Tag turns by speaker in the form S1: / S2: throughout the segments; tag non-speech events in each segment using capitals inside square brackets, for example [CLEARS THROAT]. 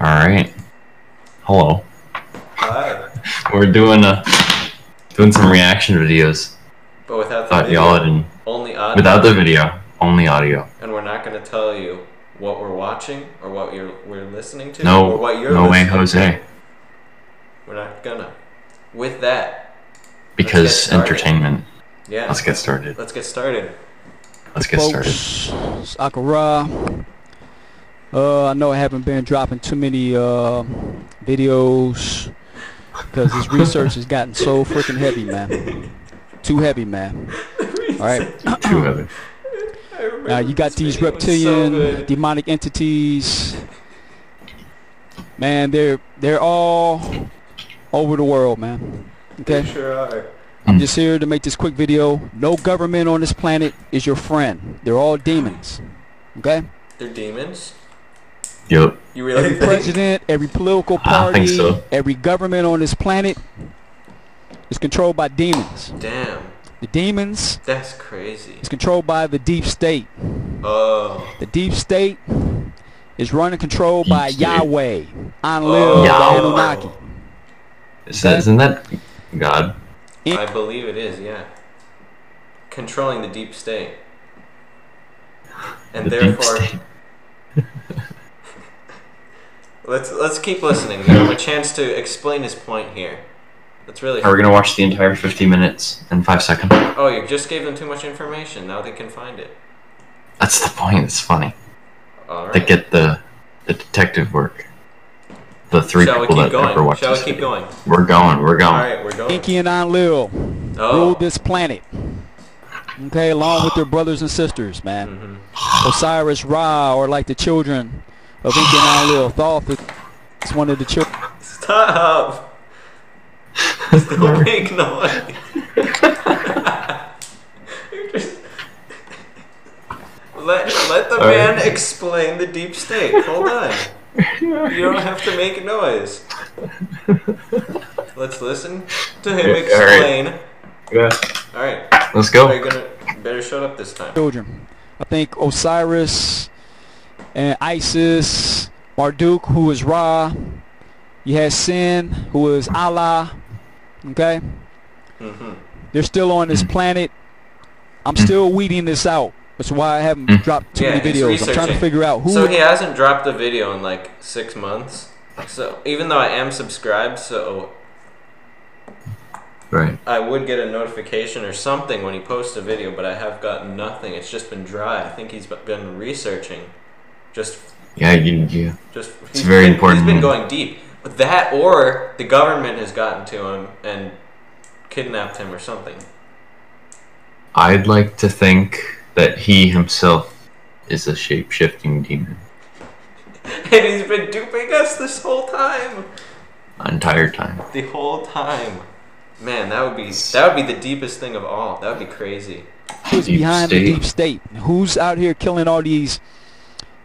S1: right. Hello.
S2: Hi.
S1: We're doing uh doing some reaction videos.
S2: But without the
S1: Thought
S2: video,
S1: y'all didn't
S2: only audio,
S1: without the video, only audio.
S2: and we're not going to tell you what we're watching or what you're we're listening to or
S1: No
S2: what you're
S1: no way
S2: listening to.
S1: Jose.
S2: We're not gonna. With that,
S1: Because
S2: started.
S1: entertainment.
S2: yeah.
S1: Let's get started.
S2: Let's get started.
S1: Let's get started.
S3: Folks, Sakura. Uh, I know I haven't been dropping too many uh, videos because this research has gotten so freaking heavy, man. Too heavy, man. All right.
S1: Two of it.
S2: I remember
S3: Now you got
S2: this
S3: these
S2: video was so
S3: reptilian,
S2: good.
S3: demonic entities. Man, they're they're all over the world, man.
S2: They
S3: Okay.
S2: sure are.
S3: I'm just here to make this quick video. No government on this planet is your friend. They're all demons. Okay?
S2: They're demons.
S1: Yep.
S2: You really
S3: Every
S2: think?
S3: president, every political
S1: I
S3: party,
S1: think so.
S3: every government on this planet is controlled by demons.
S2: Damn,
S3: The demons
S2: that's crazy.
S3: is controlled by the deep state.
S2: Oh,
S3: The deep state is run and controlled
S1: Deep
S3: by
S1: state.
S3: Yahweh,
S2: oh.
S3: Anlil, the
S1: Yahweh.
S3: Anunnaki.
S1: Is that isn't that God?
S2: I believe it is. Yeah, controlling the deep state, and
S1: The deep
S2: therefore.
S1: state.
S2: [LAUGHS] Let's let's keep listening. Give him a chance to explain his point here. That's really.
S1: Are we gonna watch the entire fifty minutes in five seconds?
S2: Oh, you just gave them too much information. Now they can find it.
S1: That's the point, it's funny.
S2: All right.
S1: They get the the detective work. The three
S2: Shall we
S1: people
S2: keep
S1: that ever
S2: going?
S1: watched
S2: Shall we
S1: this
S2: keep
S1: video.
S2: going?
S1: We're going, we're
S2: All
S1: going.
S2: right, we're going.
S3: Inky and Anlil
S2: Oh.
S3: rule this planet. Okay, along with their brothers and sisters, man.
S2: hmm
S1: Mm-hmm.
S3: Osiris Ra, or like the children of Inky and Anlil, Thoth is one of the children. [LAUGHS]
S2: Stop! Don't make noise. You're just- let let the
S1: All
S2: man
S1: right.
S2: explain the deep state. Hold on. You don't have to make noise. Let's listen to
S1: All
S2: him
S1: right.
S2: explain.
S1: Yeah.
S2: All right.
S1: Let's
S2: Are you
S1: go.
S2: gonna better shut up this time?
S3: children. I think Osiris and Isis, Marduk, who is Ra. You had Sin, who is Allah. Okay,
S2: hmm
S3: they're still on
S1: Mm-hmm.
S3: this planet. I'm still weeding this out. That's why I haven't
S1: Mm.
S3: dropped too
S2: Yeah,
S3: many
S2: he's
S3: videos. I'm trying to
S2: researching.
S3: figure out who.
S2: So he hasn't dropped a video in like six months. So even though I am subscribed, so
S1: Right.
S2: I would get a notification or something when he posts a video, but I have gotten nothing. It's just been dry. I think he's b- been researching. Just,
S1: Yeah, you, you
S2: just.
S1: It's very
S2: been,
S1: important.
S2: He's been going deep. But that, or the government has gotten to him and kidnapped him or something. [LAUGHS]
S1: I'd like to think that he himself is a shape shifting demon.
S2: And he's been duping us this whole time.
S1: The entire time.
S2: The whole time. Man, that would be that would be the deepest thing of all. That would be crazy.
S3: who's
S1: Deep
S3: behind
S1: state.
S3: the deep state? Who's out here killing all these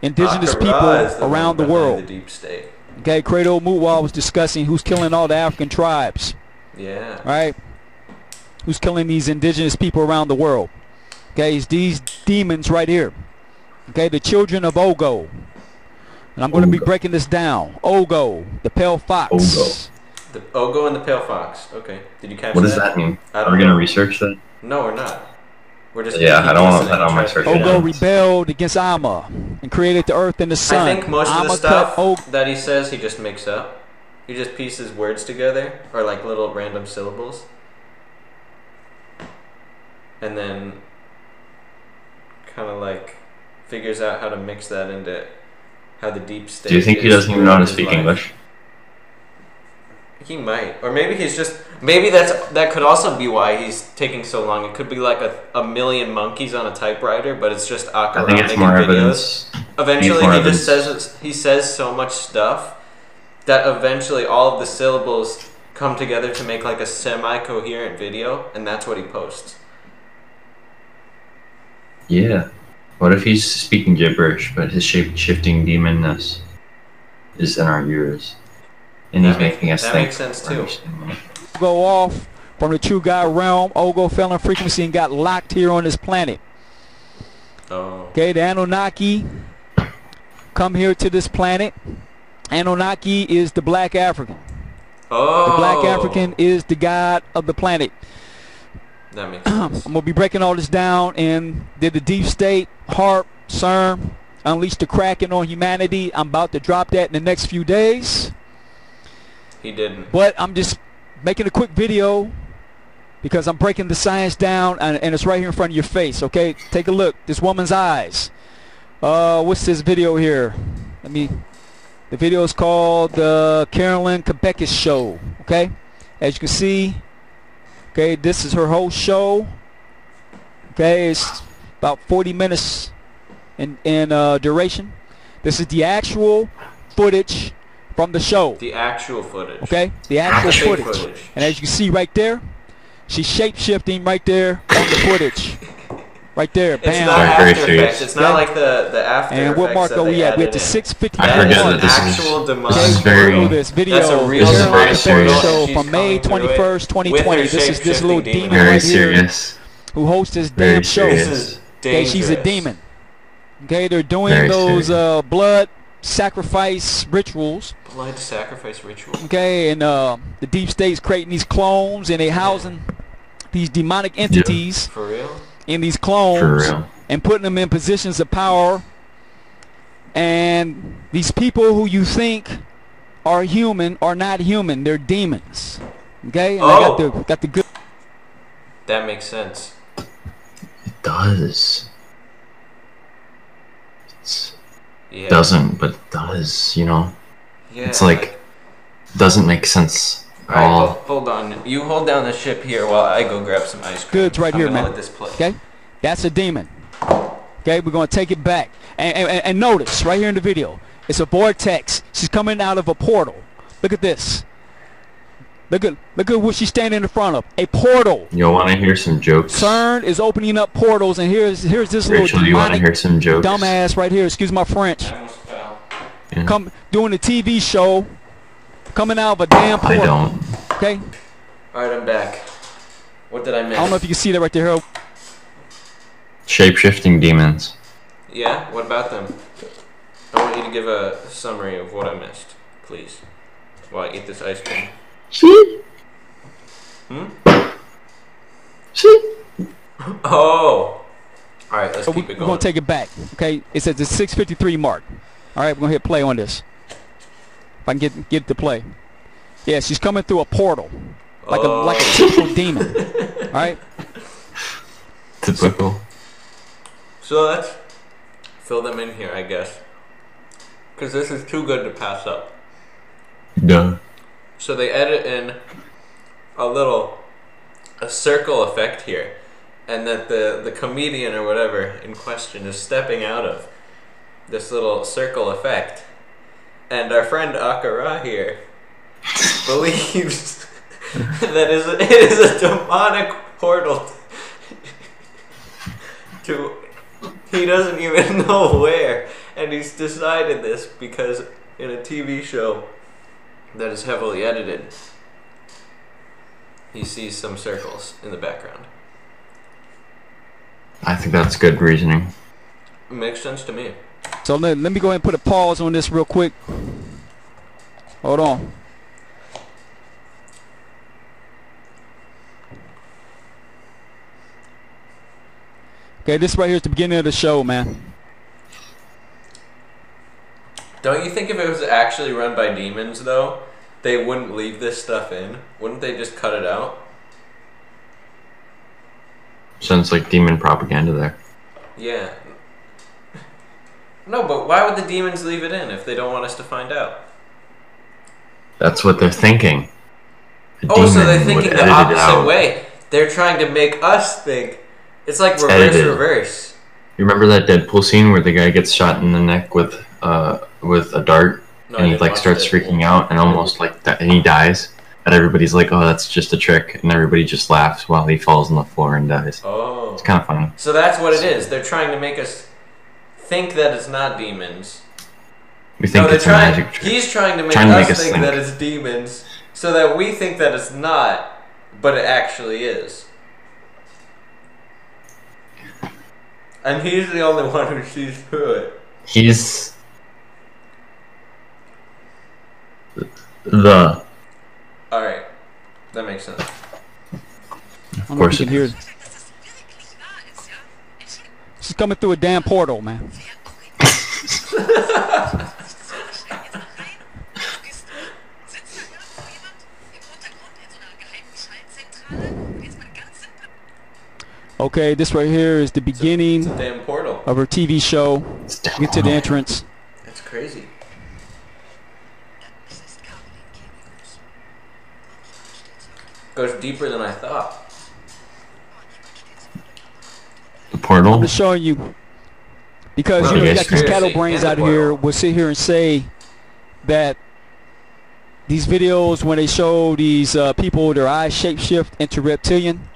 S3: indigenous
S2: Akira is
S3: people
S2: one
S3: around the
S2: behind
S3: world?
S2: The deep state.
S3: Okay, Credo Mutwa was discussing who's killing all the African tribes.
S2: Yeah.
S3: right? Who's killing these indigenous people around the world? Okay, it's these demons right here. Okay, the children of Ogo. And I'm going to be
S1: Ogo.
S3: breaking this down. Ogo, the pale fox.
S1: Ogo.
S2: The Ogo and the Pale Fox. Okay. Did you catch
S1: What
S2: that?
S1: does that mean?
S2: I
S1: Are
S2: don't
S1: we gonna
S2: know.
S1: research that?
S2: No, we're not. We're just
S1: Yeah,
S2: keep
S1: I don't wanna
S2: listening
S1: put that on
S2: and
S1: my
S2: try to
S1: search
S2: figure it
S3: Ogo
S1: engine.
S2: out.
S3: rebelled against Amma and created the earth and the sun.
S2: I think most of
S3: Amma
S2: the
S3: cut
S2: stuff
S3: Og-
S2: that he says he just makes up. He just pieces words together or like little random syllables. And then kind of like figures out how to mix that into how the deep state
S1: Do you think he
S2: is
S1: doesn't even know how to
S2: throughout
S1: speak
S2: his life.
S1: English?
S2: He might, or maybe he's just maybe that's that could also be why he's taking so long. It could be like a, a million monkeys on a typewriter, but it's just
S1: I
S2: Akira
S1: think it's
S2: making
S1: more
S2: videos.
S1: evidence.
S2: Eventually,
S1: more
S2: he
S1: evidence.
S2: just says he says so much stuff that eventually all of the syllables come together to make like a semi-coherent video, and that's what he posts.
S1: Yeah. What if he's speaking gibberish, but his shape shifting demonness is in our ears? And he's
S2: That makes-
S1: making us
S2: that
S1: think.
S2: makes sense
S1: we're
S2: too.
S1: understanding it.
S3: go off from the true God realm. Ogo fell in frequency and got locked here on this planet.
S2: Oh,
S3: Okay, the Anunnaki come here to this planet. Anunnaki is the black African.
S2: Oh.
S3: The black African is the god of the planet.
S2: That
S3: [CLEARS THROAT]
S2: makes
S3: I'm
S2: sense.
S3: gonna be breaking all this down and did the deep state, harp, CERN, unleash the kraken on humanity. I'm about to drop that in the next few days.
S2: He didn't.
S3: But I'm just making a quick video because I'm breaking the science down and, and it's right here in front of your face, okay? Take a look. This woman's eyes. Uh, what's this video here? Let me. The video is called uh, Carolyn Quebec's Show, okay? As you can see, okay, this is her whole show. Okay, it's about 40 minutes in, in uh, duration. This is the actual footage from the show.
S2: The actual footage.
S3: Okay, the
S2: Not
S3: actual
S2: the fake
S3: footage.
S2: footage.
S3: And as you can see right there, she's shape shifting right there on the footage. Right there,
S2: It's not
S1: Sorry,
S3: bam.
S1: very
S2: After Effects.
S1: serious.
S2: It's not
S3: Yeah.
S2: like the the After
S3: And
S2: Effects
S3: what mark
S2: that
S3: are
S2: they
S3: we at?
S2: added
S3: We're at the
S2: in.
S1: I
S3: 651.
S2: That is
S1: forget
S2: an
S1: that this is-
S2: actual demise.
S1: this is very-
S3: Look at this video.
S2: That's a real
S1: This is
S3: Carolyn
S1: very
S3: Quebec's
S1: serious.
S3: Show
S2: She's
S3: from
S2: coming
S3: May
S2: through it
S3: 21st,
S2: with
S3: 2020.
S2: her
S3: This is this
S2: shape-shifting
S3: little
S2: demon.
S3: demon
S1: Very
S3: right here
S1: serious.
S3: who hosts this
S1: Very
S3: damn show.
S1: serious.
S2: This is
S3: Okay,
S2: dangerous.
S3: she's a demon. Okay, they're doing
S1: Very
S3: those
S1: serious.
S3: uh, blood sacrifice rituals.
S2: Blood sacrifice ritual.
S3: Okay, and uh, the deep state's creating these clones and they housing these demonic entities
S2: For real?
S3: in these
S1: For
S3: clones
S1: real.
S3: and putting them in positions of power. And these people who you think are human are not human; they're demons. Okay, and they
S2: Oh.
S3: got the got the good.
S2: That makes sense.
S1: It does. It's,
S2: Yeah.
S1: It doesn't, but it does, you know?
S2: Yeah,
S1: It's like, doesn't make sense at
S2: Alright,
S1: all.
S2: ho- hold on. You hold down the ship here while I go grab some ice cream.
S3: Goods right
S2: I'm
S3: here,
S2: gonna
S3: man.
S2: Let this play.
S3: Okay, that's a demon. Okay, we're gonna take it back. And, and, and notice right here in the video, it's a vortex. She's coming out of a portal. Look at this. Look at look at what she's standing in front of. A portal.
S1: You'll want to hear some jokes.
S3: CERN is opening up portals, and here's here's this
S1: Rachel,
S3: little
S1: you want to
S3: demonic
S1: hear some jokes?
S3: dumbass right here. Excuse my French.
S2: I almost fell.
S1: Yeah.
S3: Come doing a TV show, coming out of a damn
S1: I
S3: portal.
S1: don't.
S3: Okay,
S2: Alright, I'm back. What did I
S3: I
S2: miss?
S3: don't know if you can see that right there.
S1: Shape shifting demons.
S2: Yeah, what about them? I want you to give a summary of what I missed, please. While I eat this ice cream. Hmm? Oh! Alright, let's
S3: So we-
S2: keep it
S3: We're
S2: going.
S3: gonna take it back. Okay, it says the 6:53 mark. All right, we're gonna hit play on this. If I can get get it to play. Yeah, she's coming through a portal, like a like a
S2: Oh.
S3: typical demon. All right,
S1: Typical.
S2: so let's fill them in here, I guess. Because this is too good to pass up.
S1: Duh.
S2: So they edit in a little a circle effect here, and that the the comedian or whatever in question is stepping out of this little circle effect, and our friend Akara here believes [LAUGHS] that is it is a [LAUGHS] demonic portal [LAUGHS] to he doesn't even [LAUGHS] know where, and he's decided this because in a TV show that is heavily edited. He sees some circles in the background.
S1: I think that's good reasoning.
S2: Makes sense to me.
S3: so let, let me go ahead and put a pause on this real quick. Hold on. Okay, this right here is the beginning of the show, man.
S2: Don't you think if it was actually run by demons, though, they wouldn't leave this stuff in? Wouldn't they just cut it out?
S1: Sounds like demon propaganda there.
S2: Yeah. No, but why would the demons leave it in if they don't want us to find out?
S1: That's what they're thinking. A
S2: Oh, so
S1: demon
S2: they're
S1: would
S2: thinking
S1: edit
S2: the
S1: it
S2: opposite
S1: out.
S2: way. They're trying to make us think. It's like reverse,
S1: edited.
S2: reverse.
S1: You remember that Deadpool scene where the guy gets shot in the neck with uh with a dart
S2: No, I
S1: and he
S2: didn't
S1: like
S2: watch
S1: starts
S2: Deadpool.
S1: freaking out and almost like di- and he dies and everybody's like, oh, that's just a trick, and everybody just laughs while he falls on the floor and dies.
S2: Oh.
S1: It's kind of funny.
S2: So that's what it is. They're trying to make us think that it's not demons.
S1: We think
S2: no, they're
S1: it's a
S2: trying.
S1: magic trick.
S2: He's trying to make
S1: Trying to
S2: us
S1: make us
S2: think,
S1: think.
S2: that it's demons, so that we think that it's not, but it actually is. And he's the only one who sees through it.
S1: He's The.
S2: All right, that makes sense.
S3: I don't know
S1: course
S3: if you
S1: it
S3: can hear it. She's coming through a damn portal, man. Okay, this right here is the beginning
S2: Damn portal.
S3: of her TV show. Get to the entrance.
S2: That's crazy. Goes deeper than I thought.
S1: The portal.
S3: I'm showing you because
S1: Well,
S3: you know you
S1: yes,
S3: got these
S1: yes.
S3: cattle brains
S2: And
S3: out
S2: the
S3: here
S2: world.
S3: will sit here and say that these videos when they show these uh, people their eyes shapeshift into reptilian,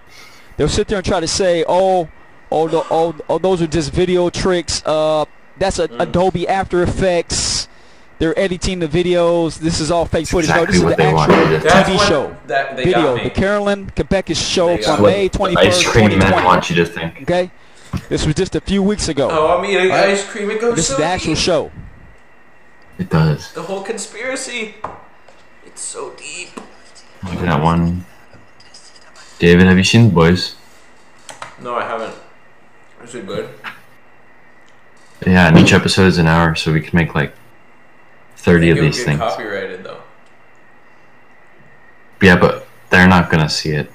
S3: they'll sit there and try to say, "Oh, oh, tho- oh, oh those are just video tricks. Uh, that's
S2: Mm.
S3: a, Adobe After Effects. They're editing the videos. This is all fake footage. no, this
S1: Exactly
S3: is
S1: what
S3: the
S1: they
S3: actual
S1: wanted.
S2: That's
S3: TV
S2: what-
S3: show
S2: That, they
S3: video,
S2: got me.
S3: the Carolyn Quebec show
S2: They got
S1: That's
S3: from
S2: me.
S1: what
S3: May
S1: the
S3: 21st,
S1: ice cream men
S3: 2020.
S1: want you to think.
S3: Okay? This was just a few weeks ago.
S2: oh, I'm eating ice cream. It goes
S3: this
S2: so
S3: is the actual
S2: deep.
S3: show.
S1: It does.
S2: The whole conspiracy. It's so deep.
S1: Look at that one. David, have you seen the boys?
S2: No, I haven't. Is it good?
S1: Yeah, and each episode is an hour, so we can make like 30
S2: It
S1: of
S2: would
S1: these
S2: get
S1: things.
S2: copyrighted though. [LAUGHS]
S1: Yeah, but they're not gonna see it.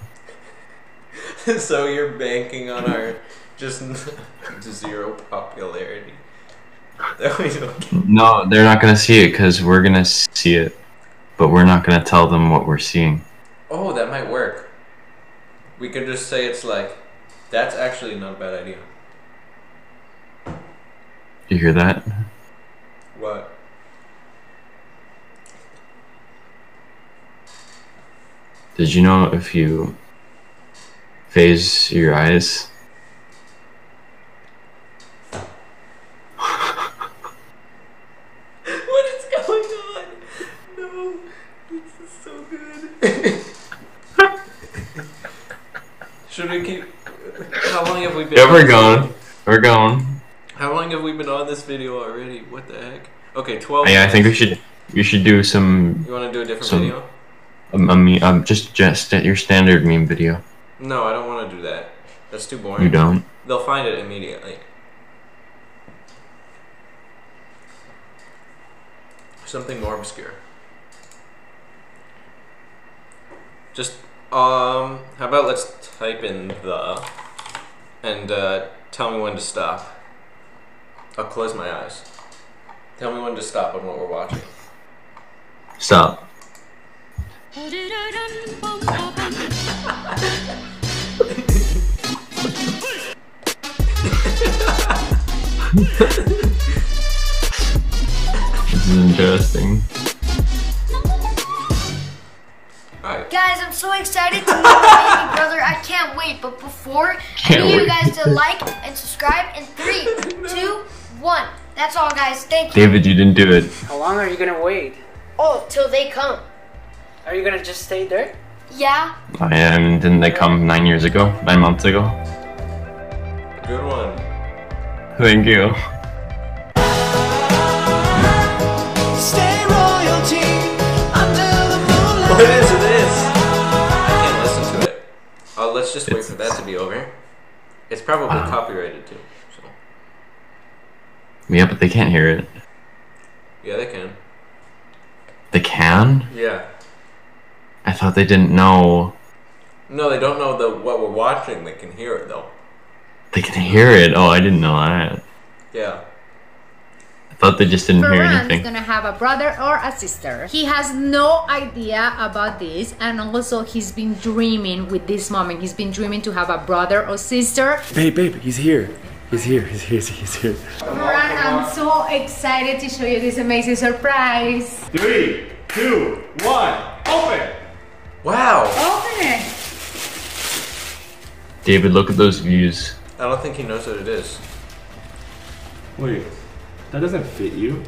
S2: so you're banking on our just [LAUGHS] zero popularity. [LAUGHS] That we don't get.
S1: No, they're not gonna see it because we're gonna see it, but we're not gonna tell them what we're seeing.
S2: Oh, that might work. We could just say it's like, that's actually not a bad idea.
S1: You hear that?
S2: What?
S1: Did you know if you phase your eyes?
S2: What is going on? No, this is so good. [LAUGHS] Should we keep? How long have we been?
S1: Yeah,
S2: on
S1: we're
S2: this-
S1: going. We're going.
S2: How long have we been on this video already? What the heck? Okay, twelve.
S1: Yeah, I think we
S2: minutes.
S1: should we should do some
S2: You want to do a different
S1: Some-
S2: video?
S1: um, a me- um just just your standard meme video.
S2: No, I don't want to do that. That's too boring.
S1: You don't.
S2: They'll find it immediately. Something more obscure. Just um, how about let's type in the, and uh, tell me when to stop. I'll close my eyes. Tell me when to stop on what we're watching.
S1: Stop. This is interesting.
S2: All right.
S4: Guys, I'm so excited to meet my
S2: [LAUGHS]
S4: baby brother. I can't wait. But before,
S1: Can't
S4: I need you
S1: wait.
S4: guys to like and subscribe
S2: [LAUGHS]
S4: in three, two, one. That's all, guys. Thank you.
S1: David, you didn't do it.
S5: How long are you gonna wait?
S4: Oh, till they come.
S5: Are you gonna just stay there?
S4: Yeah.
S1: I am. Didn't they come nine years ago? Nine months ago?
S2: Good one.
S1: Thank you.
S6: Stay royalty under the moonlight.
S2: What is this? I can't listen to it. Oh, let's just wait for that to be over. It's probably copyrighted too. So
S1: Yeah, but they can't hear it.
S2: yeah, they can.
S1: They can?
S2: Yeah.
S1: I thought they didn't know.
S2: No, they don't know the what we're watching. They can hear it though.
S1: They can hear it. Oh, I didn't know that.
S2: Yeah.
S1: I thought they just didn't hear
S7: Ferran's
S1: anything.
S7: gonna have a brother or a sister. He has no idea about this, and also he's been dreaming with this moment. He's been dreaming to have a brother or sister.
S8: Babe, babe, he's here. He's here. He's here. He's here.
S7: Ferran, I'm so excited to show you this amazing surprise.
S9: Three, two, one, open!
S2: Wow.
S7: Open it.
S1: David, look at those views.
S2: I don't think he knows what it is.
S9: Wait, that doesn't fit you.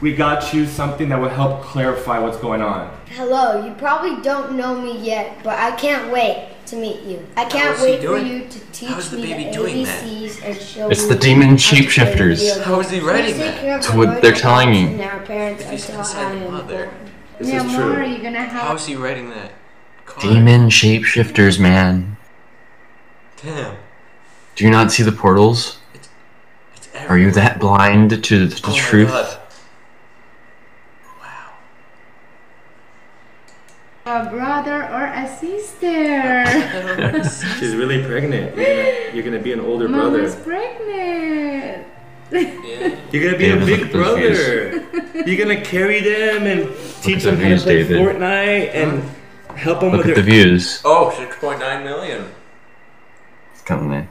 S9: We got you something that will help clarify what's going on.
S4: Hello. You probably don't know me yet, but I can't wait to meet you. I can't
S2: is he
S4: wait for
S2: doing-
S4: you to
S2: How's
S4: teach
S2: the
S4: me the
S2: baby doing that?
S4: ABCs and show
S1: It's
S4: me
S1: the demon
S4: how to play
S1: shapeshifters.
S4: video
S2: How is he
S4: games.
S2: writing
S4: Please take
S2: that?
S4: care of
S1: It's
S4: the
S1: what
S4: boys
S1: they're
S4: and
S1: telling
S4: girls
S1: you.
S4: and our parents
S2: If he's
S4: until
S2: gonna
S4: I
S2: say
S4: am
S2: mother.
S4: born.
S8: This
S7: Mi
S8: is
S7: amor,
S8: true.
S7: you're gonna
S2: How
S7: have.
S2: is he writing that? card?
S1: Demon shapeshifters, man.
S2: Damn.
S1: Do you not see the portals?
S2: It's
S1: Are you that blind to the,
S2: Oh my
S1: truth?
S2: God.
S7: A brother or a sister.
S8: She's really pregnant. You're gonna, you're gonna be an older
S7: Mama's
S8: brother.
S7: pregnant.
S2: Yeah.
S8: You're gonna be a
S1: David, look
S8: big
S1: at those
S8: brother. You're gonna carry them and teach
S1: the
S8: them how to
S1: views,
S8: play
S1: David.
S8: Fortnite and help them
S1: Look
S8: with
S1: at the
S8: their.
S1: views.
S2: Oh, 6.9 million.
S1: It's coming in.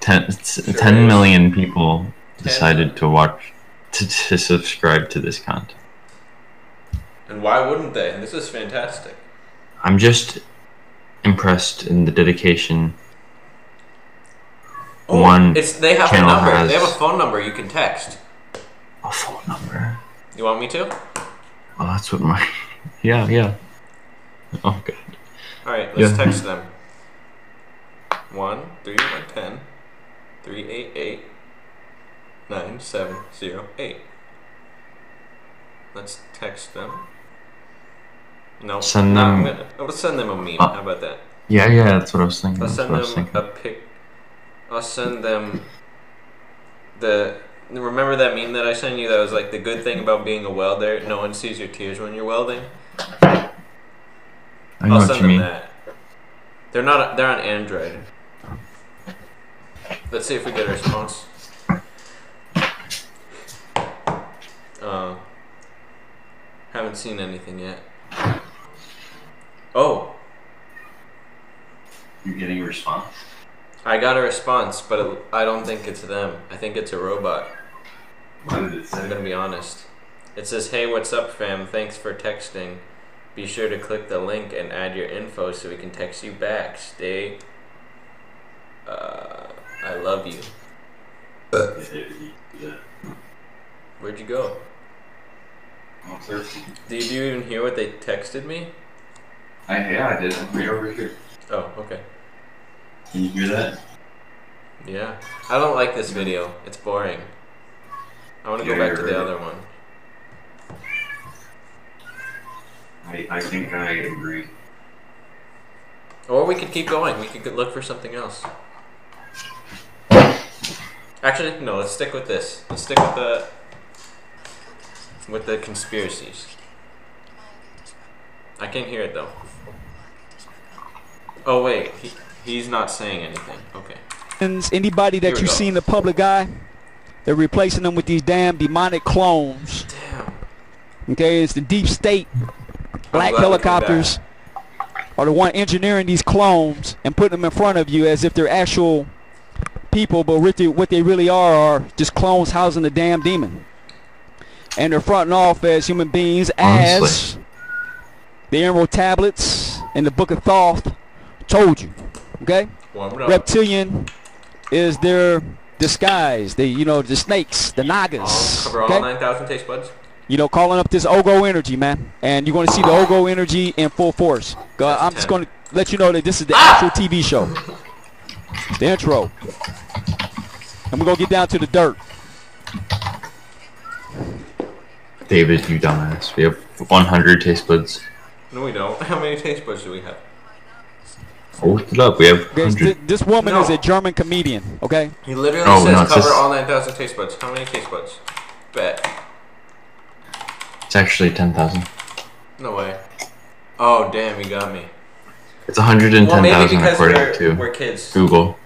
S1: Ten, it's-
S2: Sure
S1: 10
S2: is.
S1: million people decided to watch, to, to subscribe to this content.
S2: And why wouldn't they? This is fantastic.
S1: I'm just impressed in the dedication.
S2: Oh,
S1: One
S2: It's they have a
S1: channel
S2: number. They
S1: has-
S2: have a phone number you can text.
S1: A phone number.
S2: You want me to?
S1: Well, that's what my. [LAUGHS] Yeah, yeah. Oh, God.
S2: All right, let's
S1: Yeah.
S2: text them. One three one ten three eight eight nine seven zero eight. Let's text them. No,
S1: Send
S2: no,
S1: them-
S2: I'm gonna, I'll send them a meme.
S1: Uh,
S2: How about that?
S1: Yeah, yeah, that's what I was thinking.
S2: I'll
S1: That's
S2: send
S1: what I was
S2: them
S1: thinking.
S2: a pic. I'll send them the. Remember that meme that I sent you that was like the good thing about being a welder? No one sees your tears when you're welding.
S1: I know
S2: will
S1: what
S2: send
S1: you
S2: them
S1: mean.
S2: that. They're not. They're on Android. Let's see if we get a response. Um, haven't seen anything yet. Oh,
S1: You're getting a response?
S2: I got a response, but it, I don't think it's them. I think it's a robot.
S1: What did it
S2: I'm gonna be honest. It says, "Hey, what's up, fam? Thanks for texting. Be sure to click the link and add your info so we can text you back. Stay. Uh, I love you. Where'd you go? Did you even hear what they texted me?
S1: I, yeah, I did. I'm right over here.
S2: Oh, okay.
S1: Can you hear that?
S2: Yeah. I don't like this video. It's boring. I want to go
S1: Yeah,
S2: back
S1: you're
S2: to the
S1: right.
S2: other one.
S1: I, I think I agree.
S2: Or we could keep going. We could look for something else. Actually, no. Let's stick with this. Let's stick with the with the conspiracies. I can't hear it though. Oh wait, he, he's not saying anything. Okay.
S3: Clones, anybody
S2: Here
S3: that
S2: we
S3: you
S2: go.
S3: see in the public eye, they're replacing them with these damn demonic clones.
S2: Damn.
S3: Okay, it's the deep state.
S2: glad
S3: Black
S2: we came
S3: helicopters are the one engineering these clones and putting them in front of you as if they're actual people, but really, what they really are are just clones housing the damn demon. And they're fronting off as human beings as
S1: Honestly.
S3: the Emerald Tablets and the Book of Thoth told you. Okay?
S2: Warm it up.
S3: reptilian is their disguise. They, you know, the snakes, the
S2: All-
S3: nagas.
S2: Oh, cover all
S3: Okay?
S2: nine thousand taste buds.
S3: You know, calling up this Ogo energy, man, and you're going to see the Ogo energy in full force. Go, I'm just going to let you know that this is the
S2: Ah!
S3: actual TV show. It's the intro, and we're gonna get down to the dirt.
S1: David, you dumbass. We have 100 taste buds.
S2: No, we don't. [LAUGHS] How many taste buds do we have?
S1: Oh, look it up. We have
S3: Okay,
S1: 100.
S3: th- this woman
S2: No.
S3: is a German comedian. Okay,
S2: He literally
S1: No,
S2: says
S1: no, it
S2: cover
S1: says-
S2: all nine thousand taste buds. How many taste buds? Bet.
S1: It's actually 10,000.
S2: No way. Oh damn, you got me.
S1: It's
S2: Well, maybe
S1: 110,000
S2: because
S1: according
S2: we're,
S1: to
S2: we're kids.
S1: Google.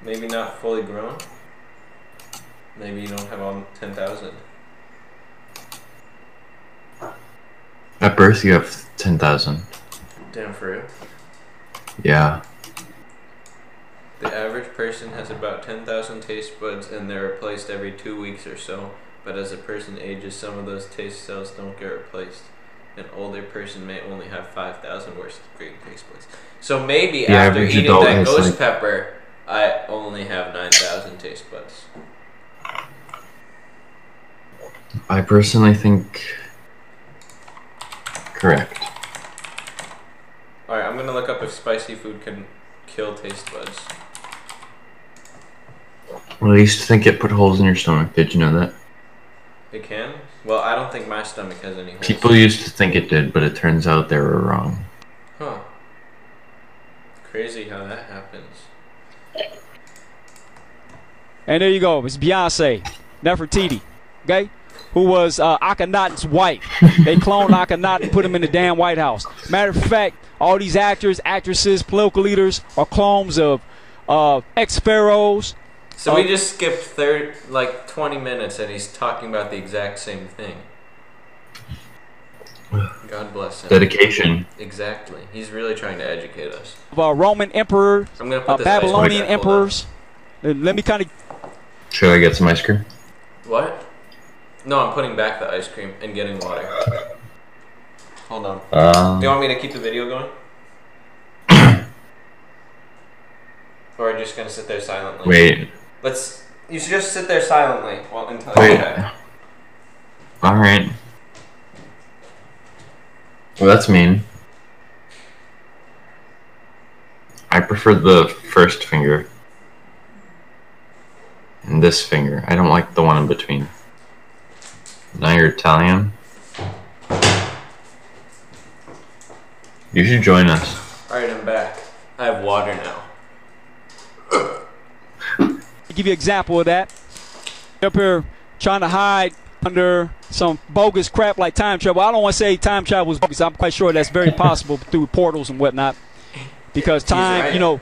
S2: Maybe not fully grown. Maybe you don't have all 10,000.
S1: At birth, you have 10,000.
S2: Damn, for real.
S1: Yeah.
S2: The average person has about 10,000 taste buds and they're replaced every two weeks or so. But as a person ages, some of those taste cells don't get replaced. An older person may only have 5,000 worse grade taste buds. So maybe
S1: The
S2: after
S1: average
S2: eating
S1: adult
S2: that
S1: has,
S2: ghost
S1: like-
S2: pepper, I only have 9,000 taste buds.
S1: I personally think. Correct.
S2: Alright, I'm gonna look up if spicy food can kill taste buds.
S1: Well, I used to think it put holes in your stomach. Did you know that?
S2: It can? Well, I don't think my stomach has any holes.
S1: People used to think it did, but it turns out they were wrong.
S2: Huh. Crazy how that happens.
S3: And there you go. It's Beyonce, Nefertiti, okay? Who was uh, Akhenaten's wife. They cloned Akhenaten and put him in the damn White House. Matter of fact, all these actors, actresses, political leaders are clones of uh, ex pharaohs.
S2: So we
S3: Oh.
S2: just skipped third, like 20 minutes and he's talking about the exact same thing. God bless him.
S1: Dedication.
S2: Exactly. He's really trying to educate us.
S3: Of, uh, Roman emperor,
S2: I'm gonna put
S3: uh,
S2: this ice
S3: Babylonian
S2: pack, hold on.
S3: emperors. Uh, Let me kind of
S1: Should I get some ice cream?
S2: What? No, I'm putting back the ice cream and getting water. Hold on. Do you
S1: Um,
S2: want me to keep the video going? [COUGHS] or are you just gonna sit there silently?
S1: wait.
S2: Let's. You should just sit there silently while until I
S1: Wait.
S2: get back.
S1: All right. Well, that's mean. I prefer the first finger. And this finger. I don't like the one in between. Now you're Italian. You should join us.
S2: Alright, I'm back. I have water now.
S3: give you an example of that. Up here trying to hide under some bogus crap like time travel. I don't want to say time travel was bogus. I'm quite sure that's very possible through portals and whatnot. Because time,
S2: right.
S3: you know,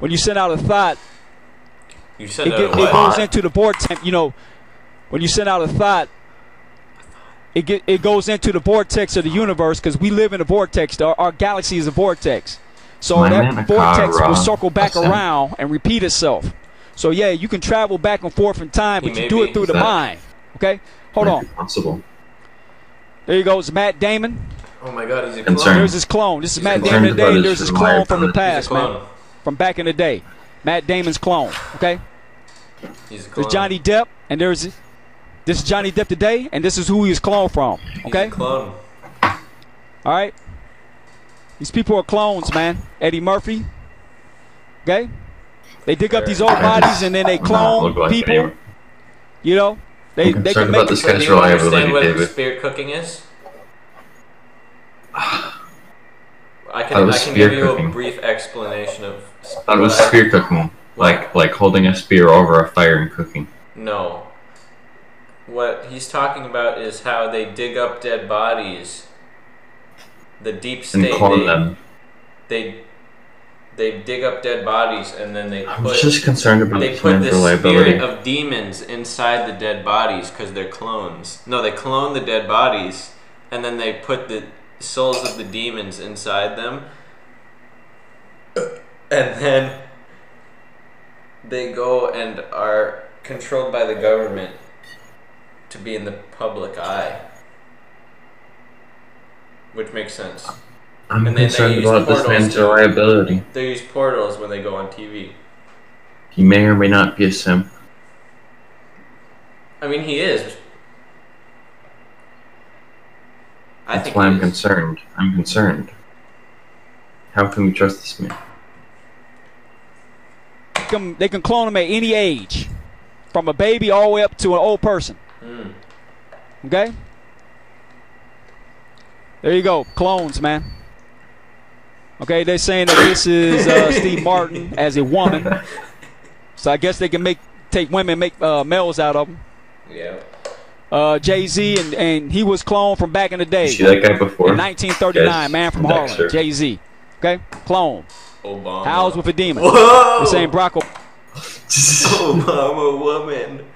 S3: when you send out a thought,
S2: You said
S3: it,
S2: that
S3: get,
S2: it
S3: it
S2: was.
S3: goes into the vortex. You know, when you send out a thought, it get, it goes into the vortex of the universe because we live in a vortex. Our, our galaxy is a vortex, so
S1: My
S3: that
S1: man,
S3: vortex will
S1: Kara.
S3: circle back
S1: That's him.
S3: around and repeat itself. So yeah, you can travel back and forth in time,
S2: He
S3: but you
S2: may
S3: do
S2: be-
S3: it through the
S1: that-
S3: mind. Okay, hold on.
S1: Possible.
S3: There you goes, Matt Damon.
S2: oh my god, he's a clone.
S1: Concern.
S3: There's his clone. This is
S2: He's
S3: Matt
S2: concerned
S3: Damon today.
S1: about
S3: and
S1: his
S3: There's his clone
S1: life
S3: from
S1: on
S3: the
S1: the-
S2: He's a
S3: past, man,
S2: clone.
S3: from back in the day. Matt Damon's clone. Okay.
S2: He's a clone.
S3: There's Johnny Depp, and there's this is Johnny Depp today, and this is who he was cloned from.
S2: He's a
S3: Okay,
S2: clone.
S3: all right. These people are clones, man. Eddie Murphy. Okay, they dig up these old bodies and then they
S1: Not
S3: clone
S1: look like
S3: people.
S1: anyone.
S3: You know, they
S1: I'm
S3: they
S1: concerned
S3: can make
S1: about this
S2: So do
S1: guy's
S2: you
S1: reliability,
S2: understand what
S1: David.
S2: spirit
S1: [SIGHS]
S2: cooking is? I
S1: That
S2: can, I
S1: was
S2: can give
S1: spear
S2: you
S1: cooking.
S2: a brief explanation of.
S1: That was
S2: what I-
S1: spear cooking. Like like holding a spear over a fire and cooking.
S2: No. What he's talking about is how they dig up dead bodies. The deep
S1: And
S2: state.
S1: clone
S2: they,
S1: them.
S2: they they dig up dead bodies and then they
S1: I
S2: put,
S1: was just concerned about
S2: they
S1: this
S2: put
S1: man's
S2: this
S1: reliability.
S2: spirit of demons inside the dead bodies because they're clones. No, they clone the dead bodies and then they put the souls of the demons inside them, [COUGHS] and then they go and are controlled by the government to be in the public eye. Which makes sense.
S1: I'm
S2: and then they
S1: concerned
S2: use
S1: about this
S2: portals
S1: man's
S2: to-
S1: reliability.
S2: They use portals when they go on TV.
S1: He may or may not be a simp.
S2: I mean, he is. I
S1: That's
S2: think
S1: why
S2: he
S1: I'm
S2: is.
S1: concerned. I'm concerned. How can we trust this man?
S3: them. They can clone them at any age, from a baby all the way up to an old person.
S1: Hmm.
S2: Mm.
S3: Okay. There you go, clones, man. Okay, they're saying that this
S1: [LAUGHS]
S3: is uh, Steve Martin as a woman, so I guess they can make take women make uh, males out of them.
S2: Yeah.
S3: Uh, Jay Z and and he was cloned from back in the day,
S1: You see that guy before?
S3: in 1939,
S1: Yes, Uh-huh.
S3: man from
S1: Dexter.
S3: Harlem, Jay Z. Okay, clone.
S2: Obama.
S3: Howls with a demon.
S2: Whoa!
S3: They're saying Barack Obama.
S2: [LAUGHS] Obama woman.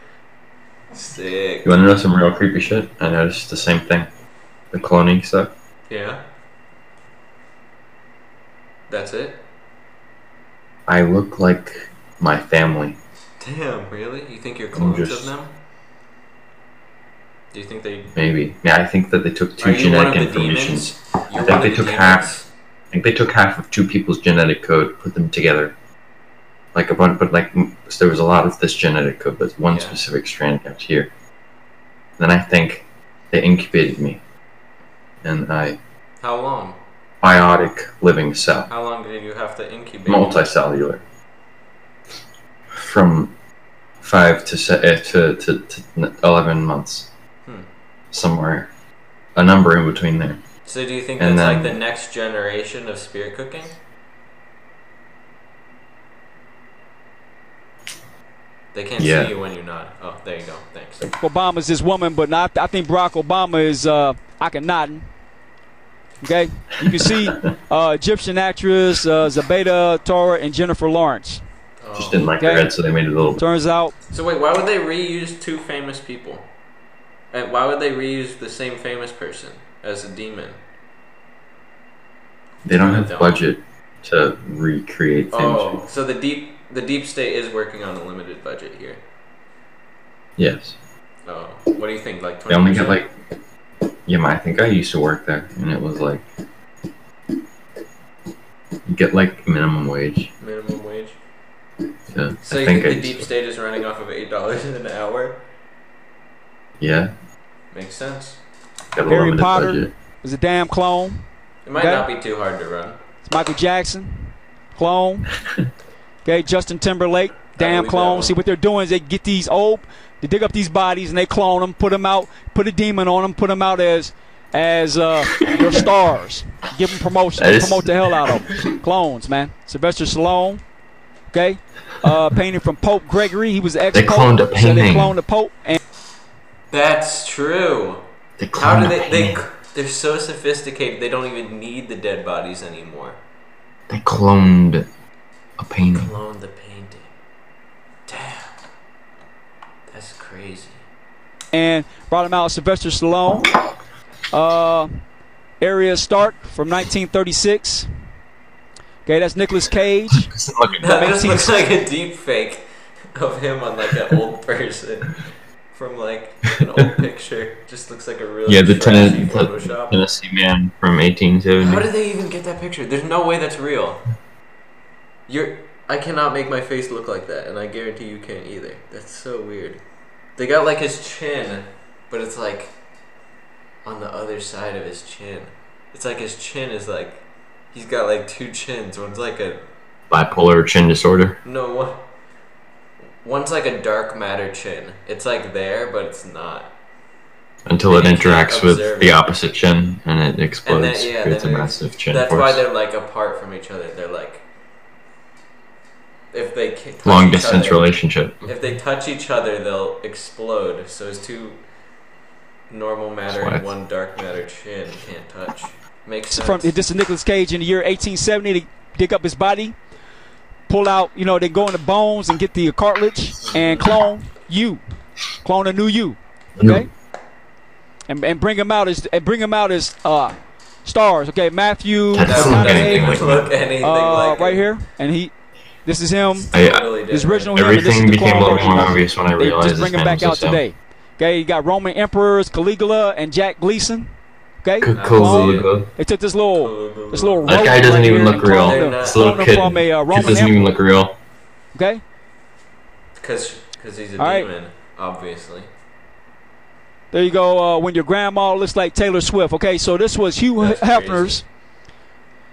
S2: Sick.
S1: You wanna know some real creepy shit? I noticed the same thing. The cloning stuff.
S2: Yeah. That's it.
S1: I look like my family.
S2: Damn, really? You think you're clones
S1: just-
S2: of them? Do you think they?
S1: Maybe. Yeah, I think that they took two
S2: Are you one of
S1: genetic
S2: the
S1: information.
S2: demons? You're
S1: think
S2: one of
S1: they
S2: the
S1: took
S2: demons?
S1: half. I think they took half of two people's genetic code, put them together. Like a bunch, but like m- there was a lot of this genetic code, but one
S2: Yeah.
S1: specific strand out here. Then I think they incubated me, and I
S2: How long?
S1: biotic living cell,
S2: How long did you have to incubate?
S1: multicellular, from five to se- eh, to, to, to n- eleven months. somewhere, a number in between there.
S2: So do you think
S1: And
S2: that's
S1: then-
S2: like the next generation of spear cooking? They can't
S1: Yeah.
S2: see you when you nod. Oh, there you go. Thanks.
S3: Obama's this woman, but not, I think Barack Obama is uh, I can nod. Okay, you can see uh, Egyptian actress uh, Zebeda Torah and Jennifer Lawrence.
S1: Just didn't like the
S3: Okay.
S1: red, so they made it a little.
S3: Turns out
S2: So wait, why would they reuse two famous people? And why would they reuse the same famous person as a demon?
S1: They don't have
S2: They
S1: the
S2: don't.
S1: budget to recreate things.
S2: Oh, so the deep the deep state is working on a limited budget here.
S1: Yes,
S2: Oh, what do you think? Like
S1: they
S2: twenty.
S1: only get like. Yeah, I think I used to work there, and it was like. You get like minimum wage.
S2: minimum wage.
S1: Yeah,
S2: So
S1: I think,
S2: you think,
S1: I
S2: the
S1: used
S2: deep
S1: to-
S2: state is running off of eight dollars [LAUGHS] an hour?
S1: Yeah,
S2: Makes sense.
S1: got a
S3: Harry
S1: limited
S3: Potter.
S1: budget.
S3: is a damn clone.
S2: It might
S3: Okay.
S2: not be too hard to run.
S3: It's Michael Jackson, clone. Okay, Justin Timberlake, damn
S2: believe that
S3: clone.
S2: one.
S3: See what they're doing is they get these old, they dig up these bodies and they clone them, put them out, put a demon on them, put them out as
S1: [LAUGHS]
S3: as uh, your stars. Give them promotion,
S1: That is-
S3: promote the hell out of them. Clones, man. Sylvester Stallone. Okay, uh, painting from Pope Gregory. He was ex.
S1: They cloned a
S3: they
S1: painting.
S3: cloned the Pope, and
S2: That's true.
S1: They
S2: How do
S1: cloned
S2: they?
S1: a
S2: They
S1: painting.
S2: they're so sophisticated. They don't even need the dead bodies anymore.
S1: They cloned a
S2: [LAUGHS]
S1: painting.
S2: Clone the painting. Damn. That's crazy.
S3: and brought him out. Sylvester Stallone. Uh, Arya Stark from 1936. Okay, that's Nicolas Cage.
S1: Look at
S2: [LAUGHS] That just looks like a deep fake of him on like an [LAUGHS] old person from like an old picture. Just looks like a really
S1: Yeah, the
S2: trashy
S1: Tennessee,
S2: Photoshop.
S1: Tennessee man from
S2: How
S1: 1870.
S2: did they even get that picture? There's no way that's real. You're. I cannot make my face look like that, and I guarantee you can't either. That's so weird. They got like his chin, but it's like on the other side of his chin. It's like his chin is like he's got like two chins. One's like a
S1: Bipolar chin disorder.
S2: no one. One's like a dark matter chin. It's like there, but it's not.
S1: Until it
S2: They can't
S1: interacts
S2: observe
S1: with the
S2: it.
S1: opposite chin and it
S2: And
S1: explodes.
S2: that, yeah,
S1: creates a
S2: then it-
S1: massive chin
S2: That's
S1: force.
S2: why they're like apart from each other. They're like if they ca- touch
S1: Long
S2: each
S1: distance
S2: other-
S1: relationship.
S2: If they touch each other, they'll explode. So it's two normal matter
S1: why
S2: and
S1: it's-
S2: one dark matter chin can't touch. Makes
S3: This is
S2: sense.
S3: from this is Nicolas Cage in the year 1870. They dig up his body, pull out, you know, they go in the bones and get the cartilage and clone you, clone a new you, okay, and and bring him out as and bring him out as uh stars, okay, Matthew,
S1: That doesn't look anything
S3: McConaughey,
S1: like that.
S2: look anything
S3: uh,
S2: like
S3: right
S2: it.
S3: here, and he, this is him,
S1: I-
S2: Totally
S3: his
S2: different.
S3: original him, and this
S1: everything
S3: is the
S1: became a
S3: clone
S1: little
S3: version
S1: more
S3: of him.
S1: obvious when I
S3: They
S1: realized
S3: just
S1: this
S3: bring them
S1: man
S3: back
S1: was
S3: out
S1: a
S3: today. Okay, you got Roman emperors Caligula and Jack Gleason. Okay,
S2: Caligula.
S1: Caligula.
S3: they took this little
S2: Caligula.
S3: this little
S1: That
S3: rodent
S1: guy doesn't
S3: right
S1: even
S3: here
S1: look
S3: and cloned
S2: real.
S3: him-
S2: This
S1: little
S3: cloned him
S1: kid.
S3: from a uh,
S1: It
S3: Roman
S1: doesn't
S3: emperor.
S1: even look real.
S3: Okay,
S2: Because he's a
S3: All right.
S2: demon, obviously.
S3: there you go. Uh, when your grandma looks like Taylor Swift. Okay, so this was Hugh
S2: That's
S3: Hefner's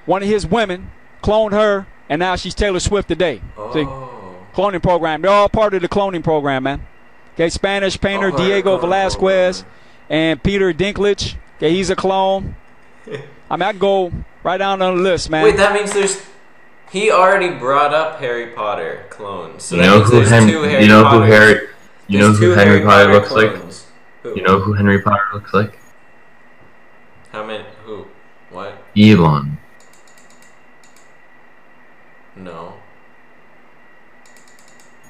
S3: one of his women cloned her, and now she's Taylor Swift today.
S2: Oh.
S3: See, cloning program. They're all part of the cloning program, man. Okay, Spanish painter
S2: part of the
S3: Diego
S2: cloning
S3: Velasquez and Peter Dinklage. Okay, he's
S2: [LAUGHS]
S3: a clone. I mean, I can go right down on the list, man.
S2: Wait, that means there's. He already brought up Harry Potter clones. So
S1: You
S2: that
S1: know
S2: means
S1: who
S2: there's
S1: Hen-
S2: two Harry
S1: you know who
S2: Potters.
S1: Harry you know
S2: There's
S1: who
S2: two
S1: Henry Potter looks like?
S2: clones. Who?
S1: You know who Henry Potter looks like?
S2: How many? Who? What?
S1: Elon.
S2: No.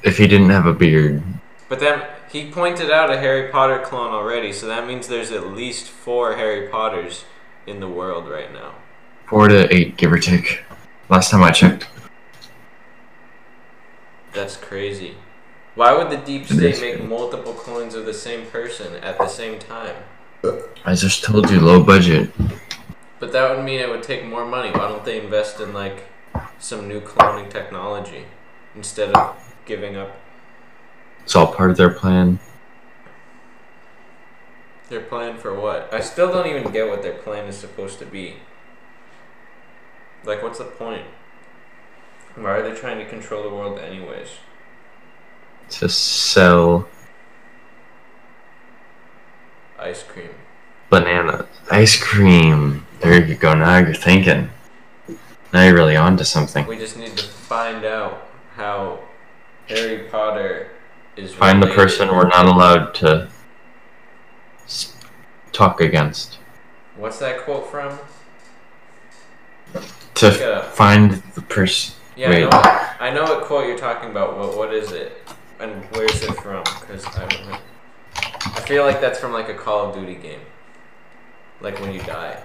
S1: If he didn't have a beard.
S2: But then he pointed out a Harry Potter clone already, so that means there's at least four Harry Potters in the world right now.
S1: Four to eight, give or take. Last time I checked.
S2: That's crazy. Why would the deep
S1: is
S2: state make
S1: crazy.
S2: multiple clones of the same person at the same time?
S1: I just told you, low budget.
S2: But that would mean it would take more money. Why don't they invest in like some new cloning technology instead of giving up
S1: It's all part of their plan.
S2: their plan for what? I still don't even get what their plan is supposed to be. Like, what's the point? Why are they trying to control the world, anyways?
S1: to sell
S2: ice cream.
S1: Bananas. Ice cream. There you go. Now you're thinking. Now you're really onto something.
S2: We just need to find out how Harry Potter is.
S1: Find the
S2: related.
S1: person we're not allowed to s- talk against.
S2: What's that quote from?
S1: To
S2: Look it up.
S1: find the person.
S2: Yeah,
S1: Wait.
S2: I know. I know what quote you're talking about, but what is it, and where's it from? Because I, don't know. I feel like that's from like a Call of Duty game, like when you die.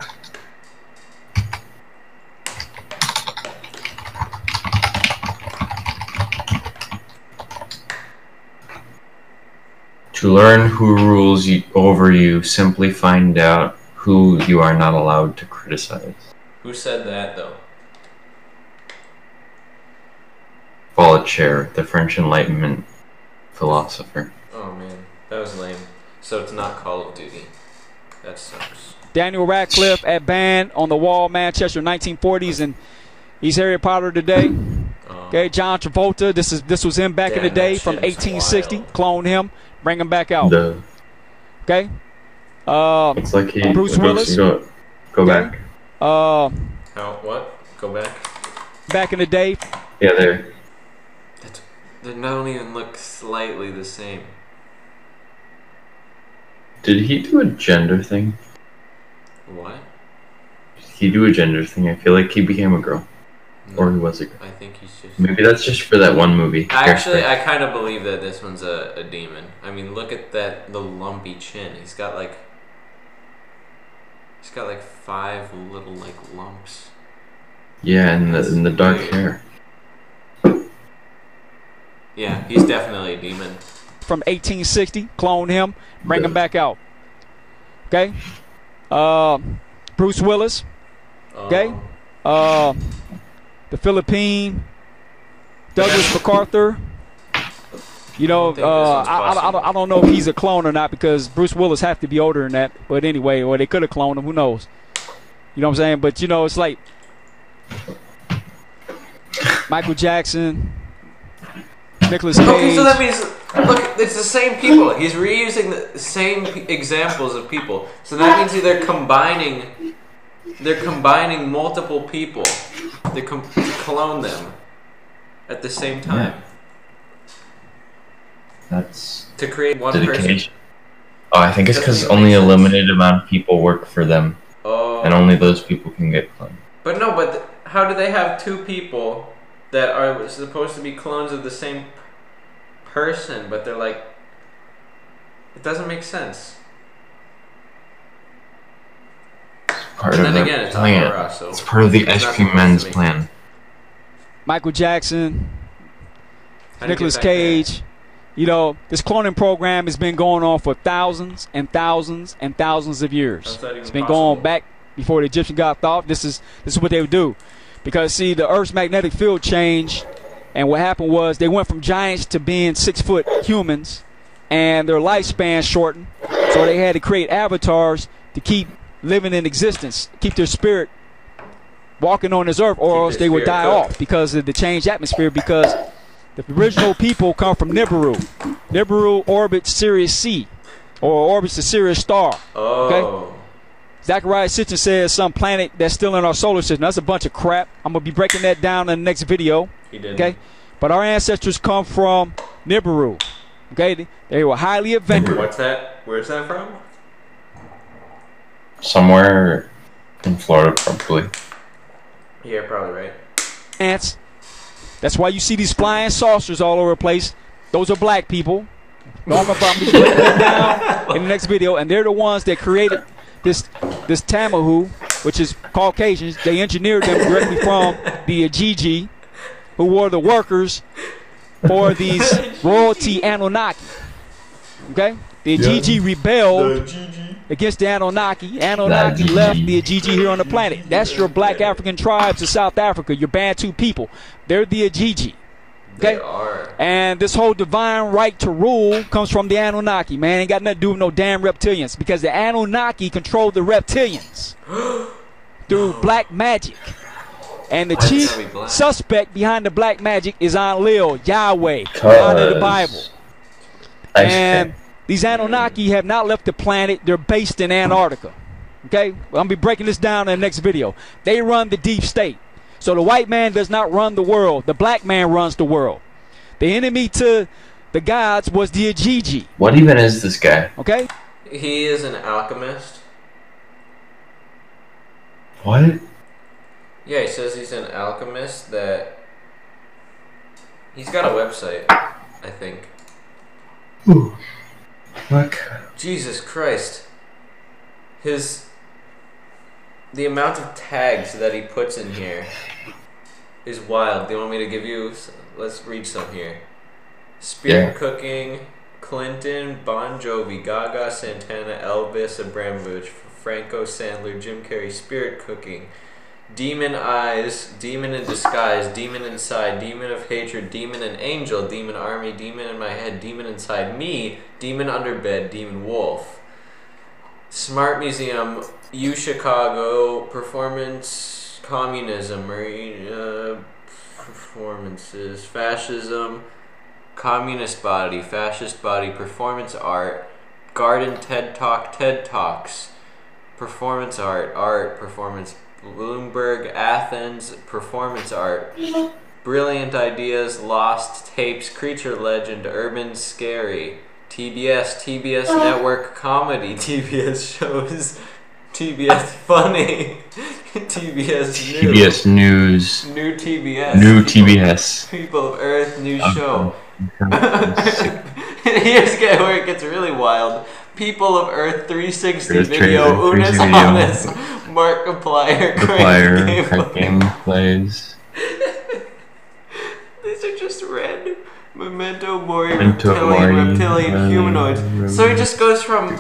S1: To learn who rules you, over you, simply find out who you are not allowed to criticize.
S2: Who said that though?
S1: Voltaire, the French Enlightenment philosopher.
S2: Oh man, that was lame. So it's not Call of Duty. That sucks.
S3: Daniel Radcliffe at Band on the Wall, Manchester, 1940s, and he's Harry Potter today.
S2: Um,
S3: Okay, John Travolta. This is this was him back in
S2: Damn,
S3: the day
S2: that
S3: from
S2: shit is
S3: 1860.
S2: wild.
S3: Clone him, bring him back out.
S1: The,
S3: Okay. Uh,
S1: it's like he
S3: Bruce
S1: go-
S3: Willis?
S1: Go, go
S3: Okay.
S1: back.
S3: uh,
S2: How? What? Go back.
S3: back in the day,
S1: Yeah, there.
S2: That's, they don't even look slightly the same.
S1: Did he do a gender thing?
S2: What?
S1: Did he do a gender thing? I feel like he became a girl, or he was a girl.
S2: I think he's just.
S1: Maybe that's just for that one movie.
S2: Actually,
S1: Hairspray.
S2: I kind of believe that this one's a, a demon. I mean, look at that the lumpy chin. He's got like he's got like five little like lumps.
S1: yeah, and the and the dark hair.
S2: Yeah, he's definitely a demon.
S3: from 1860. Clone him, bring him
S1: Yeah.
S3: back out. Okay. Uh, Bruce Willis.
S2: Um,
S3: Okay. Uh, the Philippine. Douglas MacArthur. You
S2: I
S3: know,
S2: don't think this
S3: uh,
S2: one's
S3: I, I, I, don't, I don't know if he's a clone or not because Bruce Willis have to be older than that. But anyway, or they could have cloned him. Who knows? You know what I'm saying? But you know, it's like Michael Jackson, Nicholas Cage.
S2: Okay, so that means look, it's the same people. He's reusing the same p- examples of people. So that means they're combining, they're combining multiple people, they com- to clone them at the same time
S1: That's
S2: to create one person.
S1: dedication. Oh, I think it's because only a limited amount of people work for them,
S2: Oh,
S1: and only those people can get cloned.
S2: but no, but th- how do they have two people that are supposed to be clones of the same p- person, but they're like, it doesn't make sense.
S1: Part
S2: And
S1: of
S2: then
S1: the
S2: again, it's
S1: plan.
S2: opera, so
S1: It's part of the
S2: there's
S1: ice
S2: nothing
S1: cream
S2: else to
S1: man's
S2: me.
S1: plan.
S3: Michael Jackson,
S2: How do you get
S3: Nicolas
S2: back there?
S3: Cage. You know, this cloning program has been going on for thousands and thousands and thousands of years.
S2: How's that even
S3: It's been
S2: possible?
S3: going back before the Egyptian god thought. This is this is what they would do, because see, the Earth's magnetic field changed, and what happened was they went from giants to being six foot humans, and their lifespan shortened, so they had to create avatars to keep living in existence, keep their spirit walking on this earth,
S2: Keep
S3: or else
S2: their
S3: they would
S2: spirit
S3: die
S2: cooked.
S3: off because of the changed atmosphere. Because the original people come from Nibiru. Nibiru orbits Sirius C, or orbits the Sirius star.
S2: Oh.
S3: Zachariah Sitchin says some planet that's still in our solar system. That's a bunch of crap. I'm gonna be breaking that down in the next video.
S2: He did.
S3: Okay, but our ancestors come from Nibiru. Okay, they were highly adventurous.
S2: What's that? Where's that from?
S1: Somewhere in Florida, probably.
S2: Yeah, probably right.
S3: ants. That's why you see these flying saucers all over the place. Those are black people. Norma Bobby breaking it down in the next video, and they're the ones that created this this Tamahu, which is Caucasians. They engineered them directly from the Ajiji, who were the workers for these royalty Anunnaki. Okay, the Ajiji rebelled against the Anunnaki. Anunnaki
S1: Ajiji.
S3: left the Ajiji here on the planet. That's your black African tribes of South Africa, your Bantu people. They're the Ajiji.
S2: They
S3: Okay?
S2: are.
S3: And this whole divine right to rule comes from the Anunnaki, man. Ain't got nothing to do with no damn reptilians because the Anunnaki control
S2: [GASPS]
S3: the reptilians through black magic. And the
S2: Why does it
S3: chief
S2: gotta be black?
S3: suspect behind the black magic is Enlil, Yahweh,
S1: Cause
S3: out of the Bible.
S1: Ice
S3: And
S1: cream.
S3: These Anunnaki have not left the planet. They're based in Antarctica. Okay? Well, I'm going to be breaking this down in the next video. They run the deep state. So the white man does not run the world. The black man runs the world. The enemy to the gods was the Ajiji.
S1: What even is this guy?
S3: Okay?
S2: He is an alchemist.
S1: What?
S2: Yeah, he says he's an alchemist that. He's got a website, I think.
S1: Ooh. Fuck.
S2: Jesus Christ. His. The amount of tags that he puts in here is wild. Do you want me to give you. s- Let's read some here.
S1: Yeah.
S2: Spirit Cooking, Clinton, Bon Jovi, Gaga, Santana, Elvis, Abramovich, Franco Sandler, Jim Carrey, Spirit Cooking, Demon Eyes, Demon in Disguise, Demon Inside, Demon of Hatred, Demon and Angel, Demon Army, Demon in My Head, Demon Inside Me, Demon Underbed, Demon Wolf. Smart Museum, U Chicago, Performance, Communism, Marine, uh, Performances, Fascism, Communist Body, Fascist Body, Performance Art, Garden TED Talk, TED Talks, Performance Art, Art, Performance, Bloomberg, Athens, Performance Art, Brilliant Ideas, Lost Tapes, Creature Legend, Urban Scary, TBS, TBS Network Comedy, [LAUGHS] TBS Shows, TBS Funny, [LAUGHS] TBS New,
S1: TBS News.
S2: New TBS,
S1: New TBS.
S2: People of Earth, new show. [LAUGHS] Here's get- where it gets really wild. People of Earth 360
S1: Here's
S2: video,
S1: trailer,
S2: Unis
S1: 360 video.
S2: Honest, Markiplier,
S1: The
S2: Craig
S1: player.
S2: Gable.
S1: Crack game plays.
S2: These are just random. Memento Mori,
S1: Memento
S2: reptilian,
S1: Mori,
S2: reptilian,
S1: Mori,
S2: humanoids.
S1: Mori.
S2: So he just goes from.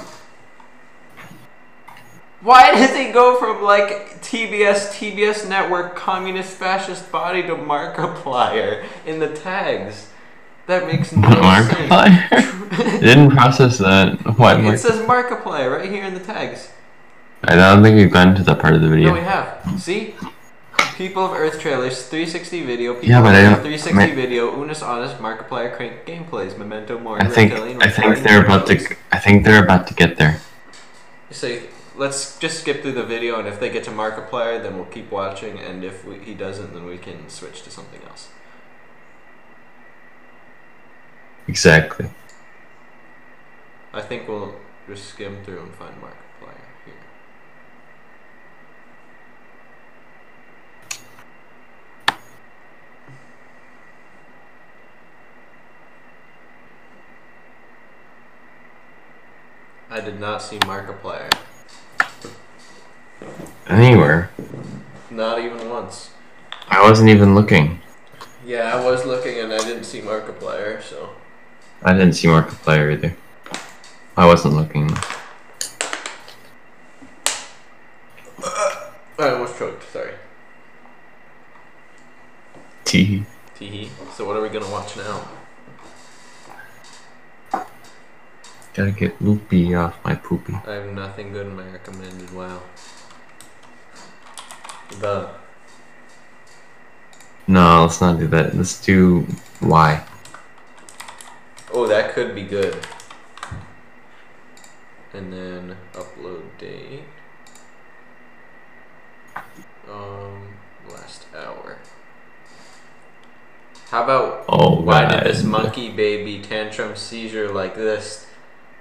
S2: Why does he go from like TBS, TBS network, communist, fascist body to Markiplier in the tags? That makes no sense. [LAUGHS]
S1: Markiplier? Didn't process that. What?
S2: It
S1: Mark-
S2: says Markiplier right here in the tags.
S1: I don't think we've gotten to that part of the
S2: No, we
S1: video.
S2: have. See? People of Earth trailers, 360 video, People
S1: Yeah, but
S2: of
S1: I
S2: Earth
S1: don't-
S2: 360
S1: man-
S2: video, Unis Honest, Markiplier, Crank Gameplays, Memento Mori,
S1: I think
S2: Reptilian,
S1: I think
S2: Reptilian,
S1: they're about to
S2: Reptilians.
S1: I think they're about to get there.
S2: So you- let's just skip through the video, and if they get to Markiplier, then we'll keep watching, and if we, he doesn't, then we can switch to something else.
S1: Exactly.
S2: I think we'll just skim through and find Markiplier here. I did not see Markiplier.
S1: Anywhere.
S2: Not even once.
S1: I wasn't even looking.
S2: Yeah, I was looking and I didn't see Markiplier, so.
S1: I didn't see Markiplier either. I wasn't looking.
S2: I almost choked, sorry.
S1: Tee.
S2: Teehee. So, what are we gonna watch now?
S1: Gotta get loopy off my poopy.
S2: I have nothing good in my recommended. Wow. The.
S1: No, let's not do that. Let's do why.
S2: Oh, that could be good. And then upload date. Um, last hour. How about
S1: Oh
S2: why
S1: God.
S2: did this monkey baby tantrum seizure like this?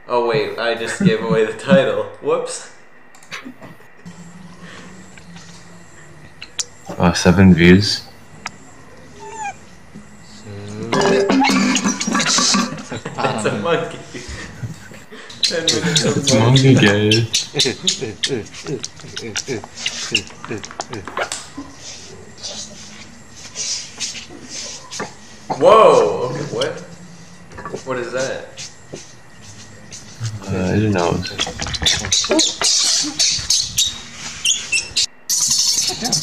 S2: Oh wait, I just gave away the title. Whoops.
S1: Wow, Uh, seven views.
S2: It's a monkey. [LAUGHS] Ten minutes of
S1: Um, [LAUGHS] It's monkey guy.
S2: Whoa! Okay, what? What is that?
S1: Uh, I don't know.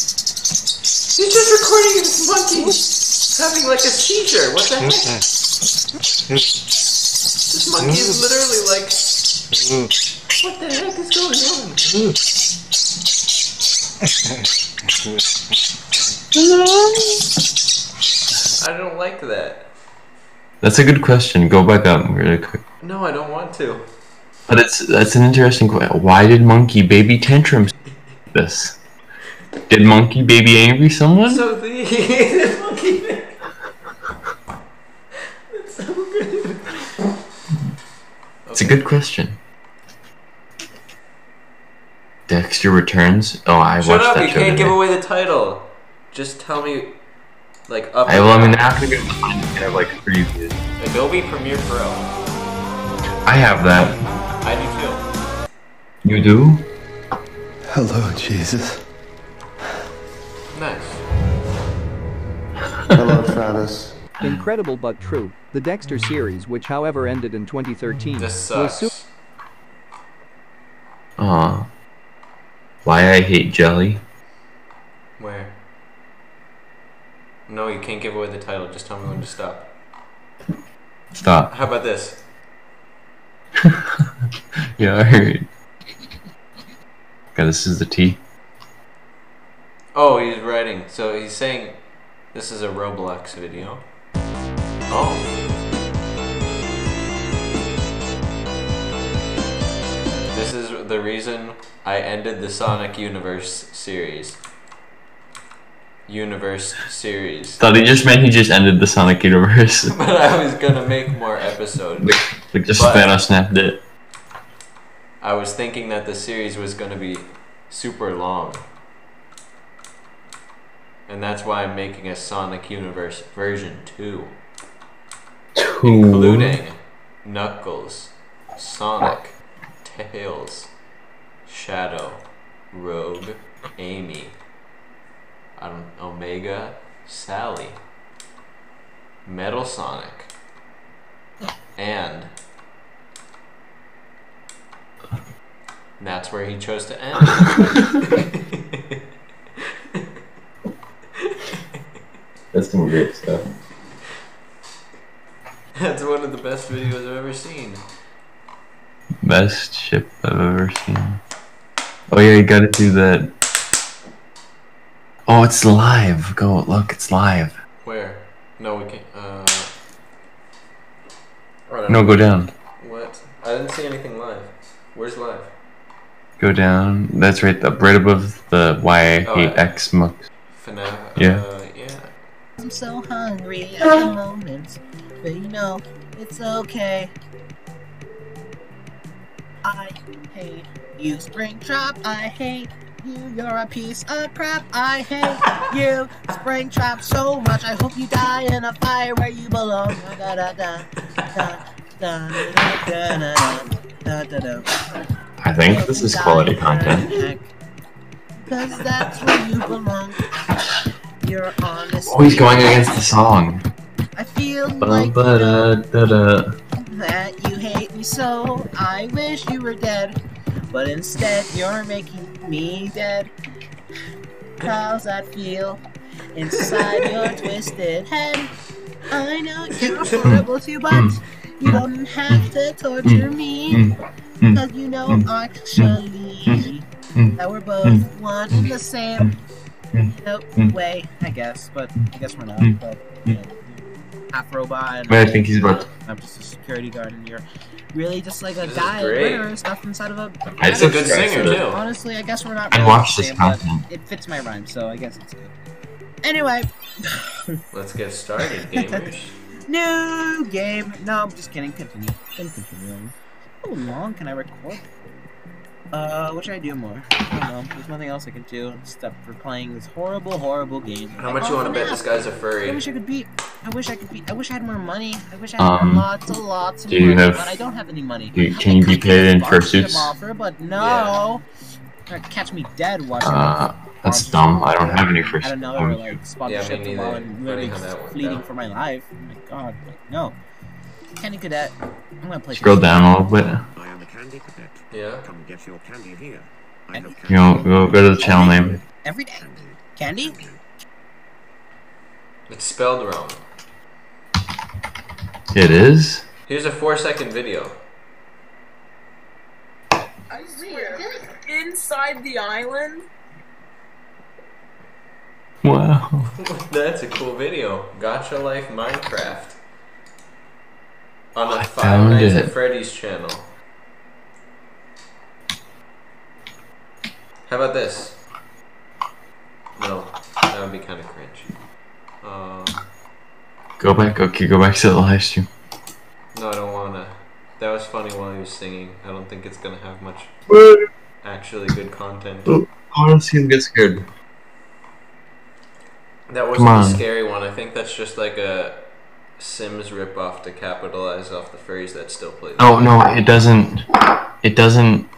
S2: He's just recording this monkey having like a seizure. What the heck? This monkey is literally like. What the heck is going on? I don't like that.
S1: That's a good question. Go back up really quick.
S2: No, I don't want to.
S1: But it's that's an interesting question. Why did monkey baby tantrums? This did monkey baby angry someone?
S2: So the [LAUGHS] the monkey thing. That's so good.
S1: It's a good question. Dexter returns. Oh, I
S2: Shut
S1: watched
S2: up!
S1: that
S2: You
S1: show.
S2: can't give
S1: today.
S2: away the title. Just tell me, like up.
S1: I, well, I mean, after we find it, I have like three views.
S2: Adobe Premiere Pro.
S1: I have that.
S2: I do too.
S1: You do?
S6: Hello, Jesus.
S2: Nice.
S6: Hello, Travis.
S10: Incredible but true, the Dexter series, which however ended in 2013,
S2: This
S10: will
S2: sucks.
S10: soon
S1: Aw. Why I hate jelly?
S2: Where? No, you can't give away the title. Just tell me when to stop.
S1: Stop. [LAUGHS]
S2: How about this?
S1: Yeah, I heard. Okay, this is the T.
S2: Oh, he's writing. So he's saying this is a Roblox video. Oh. This is the reason I ended the Sonic Universe series. Universe series. [LAUGHS]
S1: Thought he just meant he just ended the Sonic [LAUGHS] universe.
S2: but I was gonna make more episodes.
S1: like, like just
S2: But-
S1: Thanos snapped it.
S2: I was thinking that the series was gonna be super long. And that's why I'm making a Sonic Universe version 2. including Knuckles, Sonic, Tails, Shadow, Rogue, Amy, um, Omega, Sally, Metal Sonic, and that's where he chose to end.
S1: That's some great stuff.
S2: [LAUGHS] that's one of the best videos I've ever seen.
S1: Best ship I've ever seen. Oh yeah, you gotta do that. Oh, it's live. Go look, it's live.
S2: Where? No, we can't. Uh, I don't
S1: No, go down.
S2: What? I didn't see anything live. Where's live?
S1: Go down. That's right up right above the Y
S2: Oh,
S1: eight X mux.
S2: FNAF?
S1: Yeah.
S2: Uh, yeah.
S6: I'm so hungry at the moment, but you know, it's okay. I hate you, Springtrap. I hate you. You're a piece of crap. I hate you, Springtrap, so much. I hope you die in a fire where you belong. Da da da da da da da da da da da.
S1: I think this is quality content.
S6: Cause that's where you belong. You're honest.
S1: Oh, he's going against the song.
S6: I feel like you know
S1: Ba-da-da-da.
S6: that you hate me so. I wish you were dead, but instead you're making me dead. How's that feel inside your twisted head? I know you're horrible too, but you don't have to torture me. Cause you know actually that we're
S1: Mm.
S6: both one and the same. No way, I guess, but I guess we're
S1: Mm.
S6: not. But you know, half robot. And
S1: Wait, I think he's about.
S6: I'm just a security guard, and you're really just like a
S2: This is
S6: guy
S2: great.
S6: murderer stuffed inside of a.
S1: I
S2: He's a good
S1: subscribe
S2: singer,
S1: to it.
S2: too.
S6: Honestly, I guess we're not.
S1: I
S6: really
S1: watched
S6: the
S1: this
S6: same, but
S1: content.
S6: It fits my rhyme, so I guess it's good. Anyway,
S2: Let's get started, gamers.
S6: new game. No, I'm just kidding. Continue. I'm continuing. How long can I record? Uh, what should I do more? I don't know. There's nothing else I can do except for playing this horrible, horrible game.
S2: [LAUGHS] How much you want to bet this guy's a
S6: I
S2: furry?
S6: wish I could be. I wish I could be. I wish I had more money. I wish I had
S1: Um,
S6: lots and lots of
S1: do you
S6: money,
S1: have-
S6: but I don't have any money.
S1: You- Can you be paid in fursuits?
S6: Offer, but no. Or Catch me dead watching.
S1: Uh,
S6: them.
S1: that's dumb. I don't have any
S6: I don't
S1: fursuits.
S6: know, or
S1: Um,
S6: like sponsorship
S2: neither.
S6: while I'm
S2: Funny
S6: literally
S2: how
S6: just
S2: that worked
S6: fleeting
S2: out.
S6: for my life. Oh my god, like, no. Candy Cadet, I'm gonna play.
S1: Scroll
S6: this.
S1: down a little bit.
S10: I am a candy cadet.
S2: Yeah.
S10: Come get your candy here. I
S6: have
S1: You know, go, go to the channel name.
S6: every day. Candy?
S2: It's spelled wrong.
S1: It is?
S2: Here's a four second video. [LAUGHS]
S6: I swear, inside the island.
S1: Wow.
S2: That's a cool video. Gotcha Life Minecraft. on the Five
S1: found
S2: Nights
S1: it.
S2: at Freddy's channel. How about this? No, that would be kind of cringe. Um,
S1: Go back. Okay, go back to the live stream.
S2: no, I don't wanna. That was funny while he was singing. I don't think it's gonna have much actually good content. Oh,
S1: Honestly, I'm get scared.
S2: That
S1: Come
S2: wasn't
S1: on.
S2: a scary one. I think that's just like a Sims ripoff to capitalize off the phrase that still plays.
S1: No, no, it doesn't. It doesn't.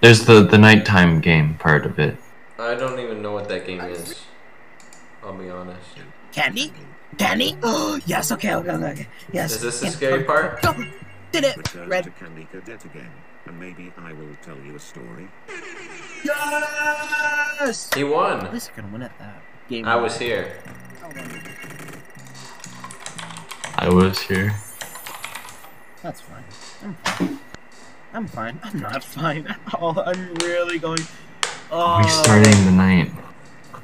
S1: There's the the nighttime game part of it.
S2: I don't even know what that game is. I'll be honest.
S6: Candy? Candy? Oh, yes, okay, okay, okay, okay. Yes.
S2: Is this the
S6: yes.
S2: scary part?
S6: Go. Did it.
S11: Return
S6: Red.
S11: to Candy Cadet again, and maybe I will tell you a story.
S6: Yes!
S2: He won.
S6: At least I can win at that game.
S2: I was here.
S1: I was here.
S6: That's fine. I'm fine. I'm fine. I'm not [LAUGHS] fine at all. I'm really going. Oh.
S1: We starting the night.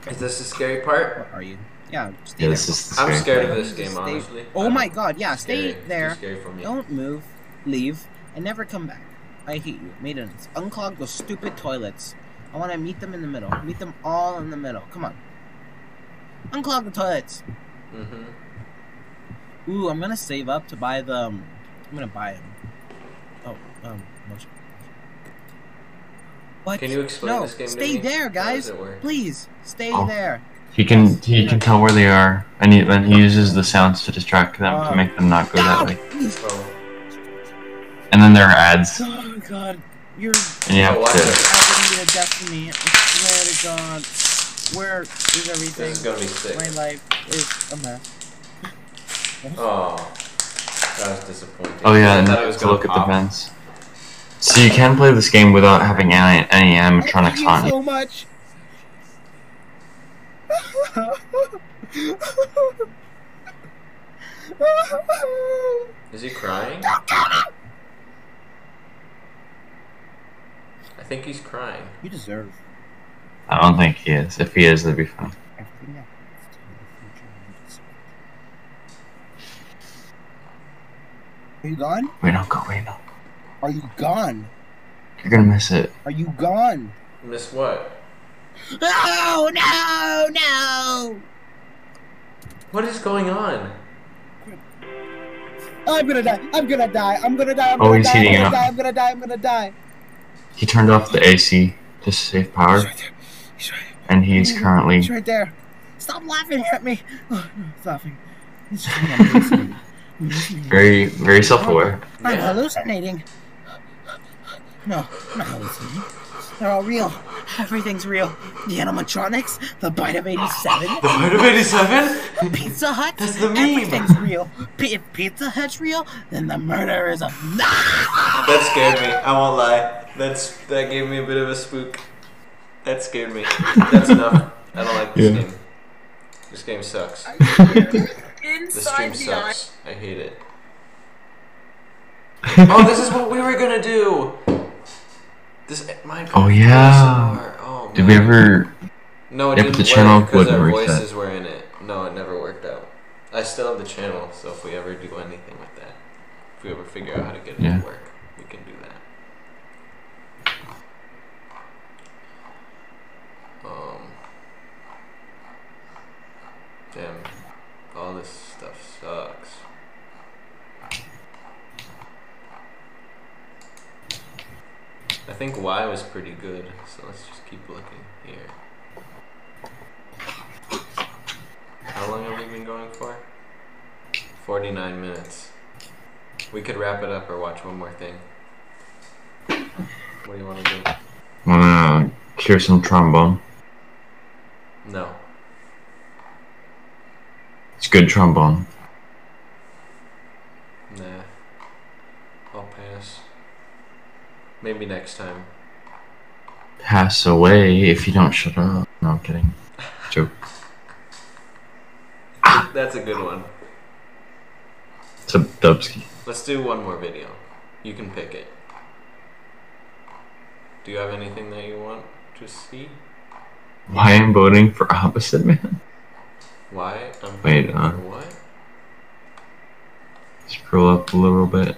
S2: Is this the scary part?
S6: Are you? Yeah. Stay
S1: Yeah,
S6: there.
S1: this is the
S2: I'm
S1: scary
S2: scared of
S1: part.
S2: this game,
S6: Stay-
S2: honestly.
S6: Oh my god, yeah, stay
S2: Scary. Too
S6: there.
S2: scary for me.
S6: Don't move, leave, and never come back. I hate you. Maidens, unclog those stupid toilets. I want to meet them in the middle. Meet them all in the middle. Come on. Unclog the toilets.
S2: Mm-hmm.
S6: Ooh, I'm gonna save up to buy the. um, I'm gonna buy them. Oh, um, motion. What?
S2: Can you explain
S6: no,
S2: this game to
S6: stay
S2: me? How
S6: there,
S2: does
S6: guys.
S2: it work?
S6: Please, stay
S1: Oh.
S6: there.
S1: He can he can tell where they are, and he, then he uses the sounds to distract them to make them not go
S6: Ah,
S1: that way.
S2: Oh,
S1: And then there are ads,
S6: Oh god, you're
S1: and you have
S2: watch
S1: to.
S2: it.
S6: happening to destiny. I swear to God, where is everything?
S2: This is gonna be sick.
S6: My life is a mess.
S2: Oh, that was disappointing.
S1: Oh yeah, and
S2: I thought it was
S1: to
S2: gonna
S1: look at the
S2: pop.
S1: vents. So you can play this game without having any, any animatronics
S6: I hate
S1: on.
S6: you
S1: you.
S6: so much.
S2: Is he crying? I think he's crying.
S6: you deserve
S1: I don't think he is. If he is, that'd be funny.
S6: everything that happens to you in the future. You deserve it. Are you gone?
S1: Wait, don't go. Wait, no.
S6: Are you gone?
S1: You're gonna miss it.
S6: Are you gone?
S2: Miss what?
S6: No, Oh, no, no!
S2: What is going on?
S6: I'm gonna die. I'm gonna die. I'm gonna die. I'm
S1: Oh,
S6: gonna
S1: he's
S6: die.
S1: heating
S6: I'm
S1: up.
S6: gonna die. I'm gonna die. I'm gonna die.
S1: He turned off the AC to save
S6: He's
S1: power,
S6: right there. He's right.
S1: and he's currently.
S6: He's right there. Stop laughing at me. Oh, no, it's laughing. It's I'm hallucinating. I'm hallucinating.
S1: Very, very self-aware.
S6: I'm hallucinating. No, I'm not hallucinating. They're all real. Everything's real. The animatronics, the bite of 87,
S2: Part of 87?
S6: Pizza Hut.
S2: That's the meme.
S6: Everything's real. P- if Pizza Hut's real, then the murder is a.
S2: That scared me. I won't lie. That's that gave me a bit of a spook. That scared me. That's enough. I don't like this
S1: Yeah.
S2: game. This game sucks. [LAUGHS] This
S5: Inside
S2: stream
S5: the eye.
S2: sucks. I hate it. oh, this is what we were gonna do. This my
S1: Oh, yeah.
S2: ASMR. Oh,
S1: Did we
S2: man.
S1: ever?
S2: No, it
S1: Yeah, but
S2: didn't
S1: the
S2: work
S1: channel
S2: because
S1: wouldn't
S2: our
S1: work that.
S2: voices were in it. No, it never worked out. I still have the channel, so if we ever do anything with that, if we ever figure out how to get it
S1: Yeah.
S2: to work, we can do that. Um. Damn, all this stuff sucks. I think Y was pretty good, so let's just keep looking here. How long have we been going for? 49 minutes. We could wrap it up or watch one more thing. What do you want to do?
S1: Wanna hear uh, some trombone?
S2: No.
S1: It's good trombone.
S2: Nah. I'll pass. Maybe next time.
S1: Pass away if you don't shut up. No, I'm kidding. Joke.
S2: That's a good one.
S1: It's a dubski.
S2: Let's do one more video. You can pick it. Do you have anything that you want to see?
S1: Why I'm voting for opposite man?
S2: Why? Um, I'm
S1: Wait,
S2: voting
S1: uh,
S2: for what?
S1: Scroll up a little bit.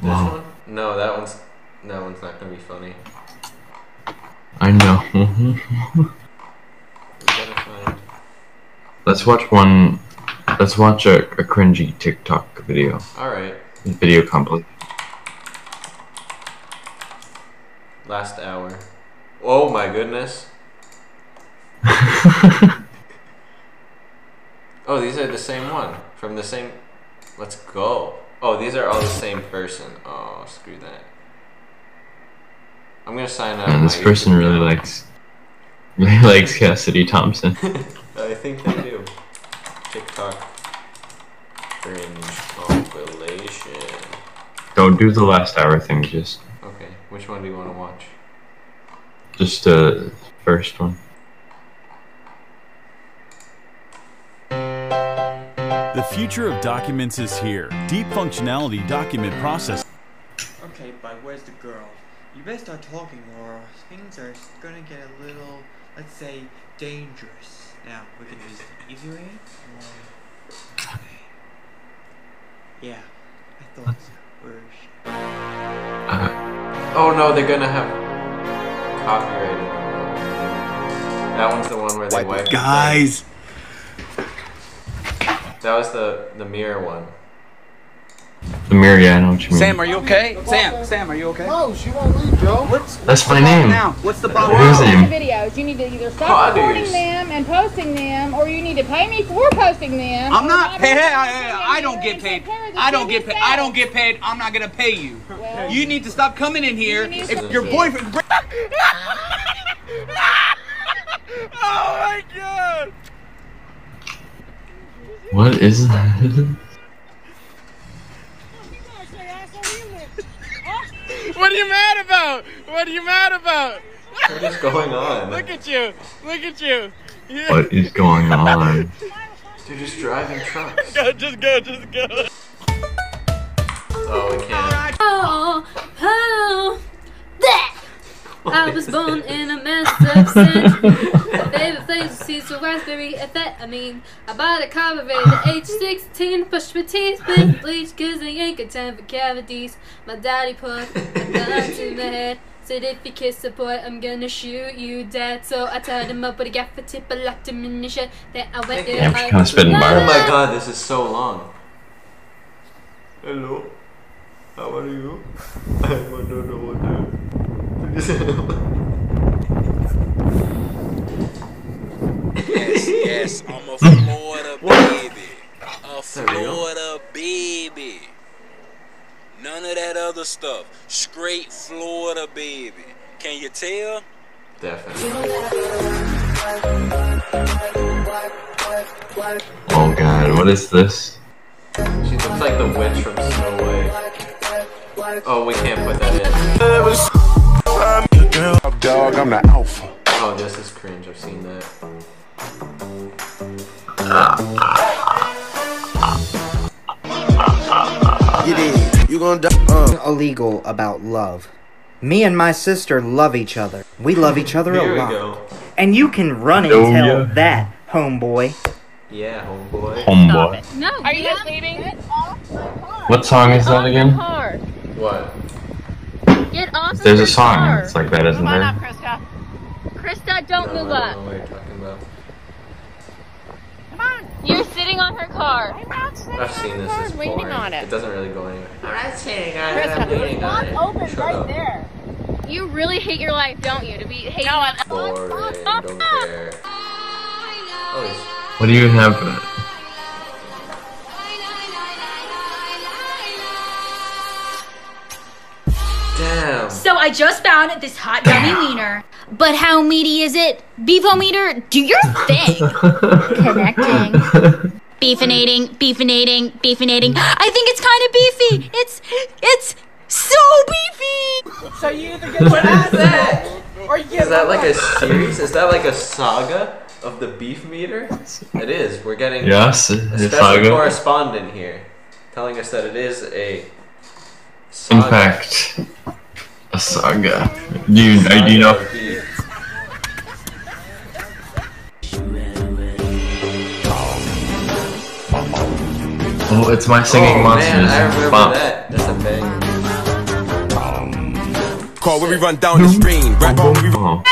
S2: This
S1: Wow.
S2: one? No, that one's that one's not gonna be funny.
S1: I know.
S2: We gotta find.
S1: let's watch one. Let's watch a, a cringy TikTok video.
S2: All right,
S1: Video compilation.
S2: last hour. Oh
S1: [LAUGHS]
S2: my goodness. oh, these are the same one from the same. Let's go. Oh, these are all the same person. Oh, screw that. I'm gonna sign up.
S1: Man, this
S2: my
S1: person
S2: YouTube
S1: really
S2: channel.
S1: likes really [LAUGHS] likes Cassidy Thompson.
S2: I think they do. TikTok cringe compilation.
S1: Don't do the last hour thing. Just
S2: Okay, which one do you want to watch?
S1: just the first one.
S12: The future of documents is here. Deep functionality document process.
S13: Okay, but where's the girl? You better start talking, or things are gonna get a little, let's say, dangerous. Now, we can use the easy way, or... Yeah, I thought so. Where is she?
S2: Oh no, they're gonna have copyrighted. That one's the one where they wipe. the
S12: Guys,
S2: plate. That was the the mirror one.
S1: The mirror. Yeah, I know what you mean.
S3: Sam, are you okay? Sam, Sam, are you okay? No, she won't leave, Joe. What's,
S1: That's
S3: what's
S1: my
S3: the problem
S1: name.
S3: Now? What's the
S1: What is
S3: problem?
S1: it? Damn.
S14: the videos. You need to either stop
S3: Produce.
S14: recording them and posting them, or you need to pay me for posting them.
S3: I'm
S14: or
S3: not.
S14: not
S3: Hey, hey,
S14: posting
S3: hey,
S14: them.
S3: hey, I don't get paid. I don't get paid. I don't get paid. I'm not gonna pay you. You need to stop coming in here.
S14: You need
S3: If
S14: to-
S3: your boyfriend. Oh my god!
S1: What is that?
S3: What are you mad about? What are you mad about?
S2: What is going on?
S3: Look at you. Look at you. Yeah.
S1: What is going on?
S2: They're just driving trucks.
S3: [LAUGHS] Go, just go, just go.
S2: Oh, we can't.
S15: Oh, oh, that. I was born in a mess of sin. My favorite flavors seeds of raspberry and that I mean, I bought a carburetor at age 16, pushed my teeth with bleach, cause I ain't got time for cavities. My daddy put a gun to my head, said if you kiss a boy, I'm gonna shoot you dead. So I tied him up with a gaffer tip, I locked him in the shed, then I went in.
S1: Damn, she kinda spitting
S2: Oh
S1: bars.
S2: my god, this is so long. Hello, how are you? [LAUGHS] I don't know [LAUGHS] what
S16: Yes, yes, I'm a Florida baby. A Florida baby. None of that other stuff. Straight Florida baby. Can you tell?
S1: Oh god, what is this?
S2: She looks like the witch from Snow White. Oh, we can't put that in. That was.
S17: Dog, I'm the alpha.
S2: Oh, this is cringe. I've seen that.
S6: You gonna die? Illegal about love. Me and my sister love each other. We love each other
S2: Here
S6: a
S2: we
S6: lot.
S2: go.
S6: And you can run and
S2: Oh,
S6: tell
S2: yeah.
S6: that, homeboy.
S2: Yeah, homeboy.
S1: Homeboy.
S14: No, are you guys leaving?
S1: What song is that again?
S14: Car.
S2: What?
S14: [LAUGHS] Get off.
S1: There's a song that's like that, isn't there?
S14: Krista. Krista, don't move
S2: I
S14: up.
S2: don't know what you're talking about.
S14: You're sitting on her car. I'm not
S2: I've seen this. It's boring. It doesn't really go anywhere. I'm not sitting on it.
S14: Krista,
S2: I'm leaning on it.
S14: open
S2: Shut
S14: right
S2: up.
S14: there. You really hate your life, don't you? To be hating. No, I
S2: Boring. Don't care. Oh,
S1: What do you have?
S2: Damn.
S7: So I just found this hot yummy wiener. But how meaty is it? Beefometer, do your thing. Connecting. Beefinating, beefinating, beefinating. I think it's kind of beefy. It's it's so beefy. So you either get what I said, or you
S2: Is that like a series? Is that like a saga of the beef meter? It is. We're
S1: [LAUGHS]
S2: getting
S1: Yes,
S2: a
S1: it's a
S2: special
S1: saga.
S2: correspondent here, telling us that it is a.
S1: In
S2: Saga.
S1: fact, a saga. Do you, uh, do you know?
S2: of beef.
S1: Oh, Oh, it's my singing
S2: Oh,
S1: monsters.
S2: Man, I remember
S1: Bop.
S2: that. That's a bang.
S18: Call when we run down the stream. Rap on we run.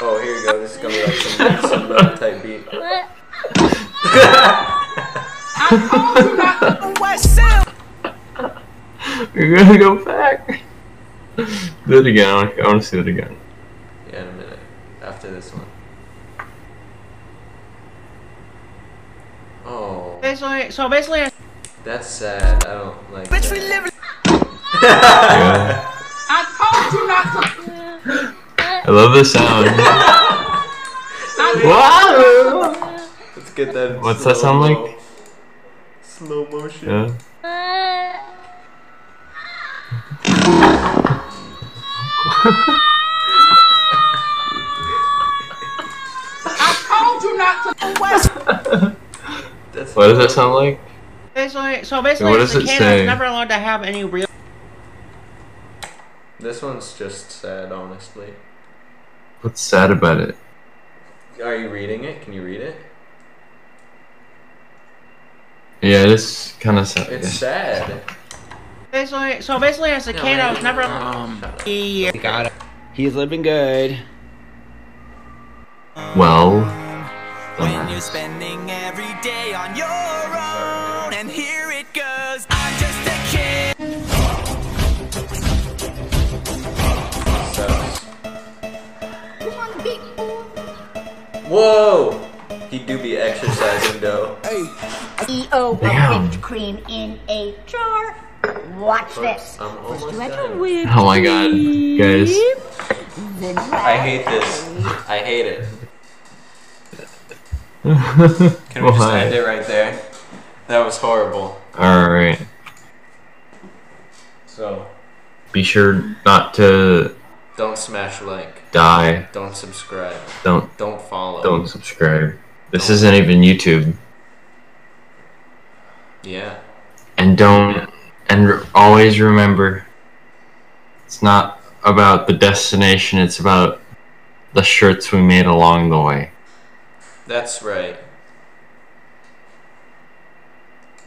S2: Oh, here you go. This is gonna be like some,
S1: [LAUGHS]
S2: some love type beat.
S1: We're gonna go back. Do it again. I wanna- I want to see it again.
S2: Yeah, in a minute. After this one. Oh,
S6: Basically, so basically,
S2: that's sad. I don't like.
S6: bitch, we
S2: that.
S6: live.
S19: I told you not to.
S1: I love
S19: [LAUGHS]
S1: the sound. Wow.
S2: Let's get that.
S1: What's that sound like?
S2: Slow motion.
S1: Yeah.
S19: I told you not to.
S2: That's
S1: What does that sound like?
S6: Basically, so basically,
S1: What does
S6: the
S1: it
S6: kid
S1: say?
S6: is never allowed to have any real.
S2: This one's just sad, honestly.
S1: What's sad about it?
S2: Are you reading it? Can you read it?
S1: Yeah, it is kind of sad.
S2: It's sad.
S6: Basically, so basically, as a kid, I was never. Um, he got it. He's living good.
S1: Well, uh,
S20: When you're spending every day on your own, and here it goes. I'm just a kid.
S2: Whoa! He do be exercising though.
S4: E
S21: EO
S2: Damn.
S21: of whipped cream in a jar. Watch this.
S2: I'm
S21: First
S2: almost
S21: you add
S2: done.
S21: your whipped
S1: oh my god, guys,
S21: cream, then
S2: I hate this. I
S1: [LAUGHS]
S2: hate it. Can we just
S1: Why?
S2: end it right there? That was horrible.
S1: All right.
S2: So
S1: Be sure not to
S2: don't smash like.
S1: die.
S2: Don't subscribe.
S1: Don't
S2: Don't follow.
S1: Don't subscribe. This isn't even YouTube.
S2: Yeah.
S1: And don't and re- always remember, it's not about the destination. It's about the shirts we made along the way.
S2: That's right.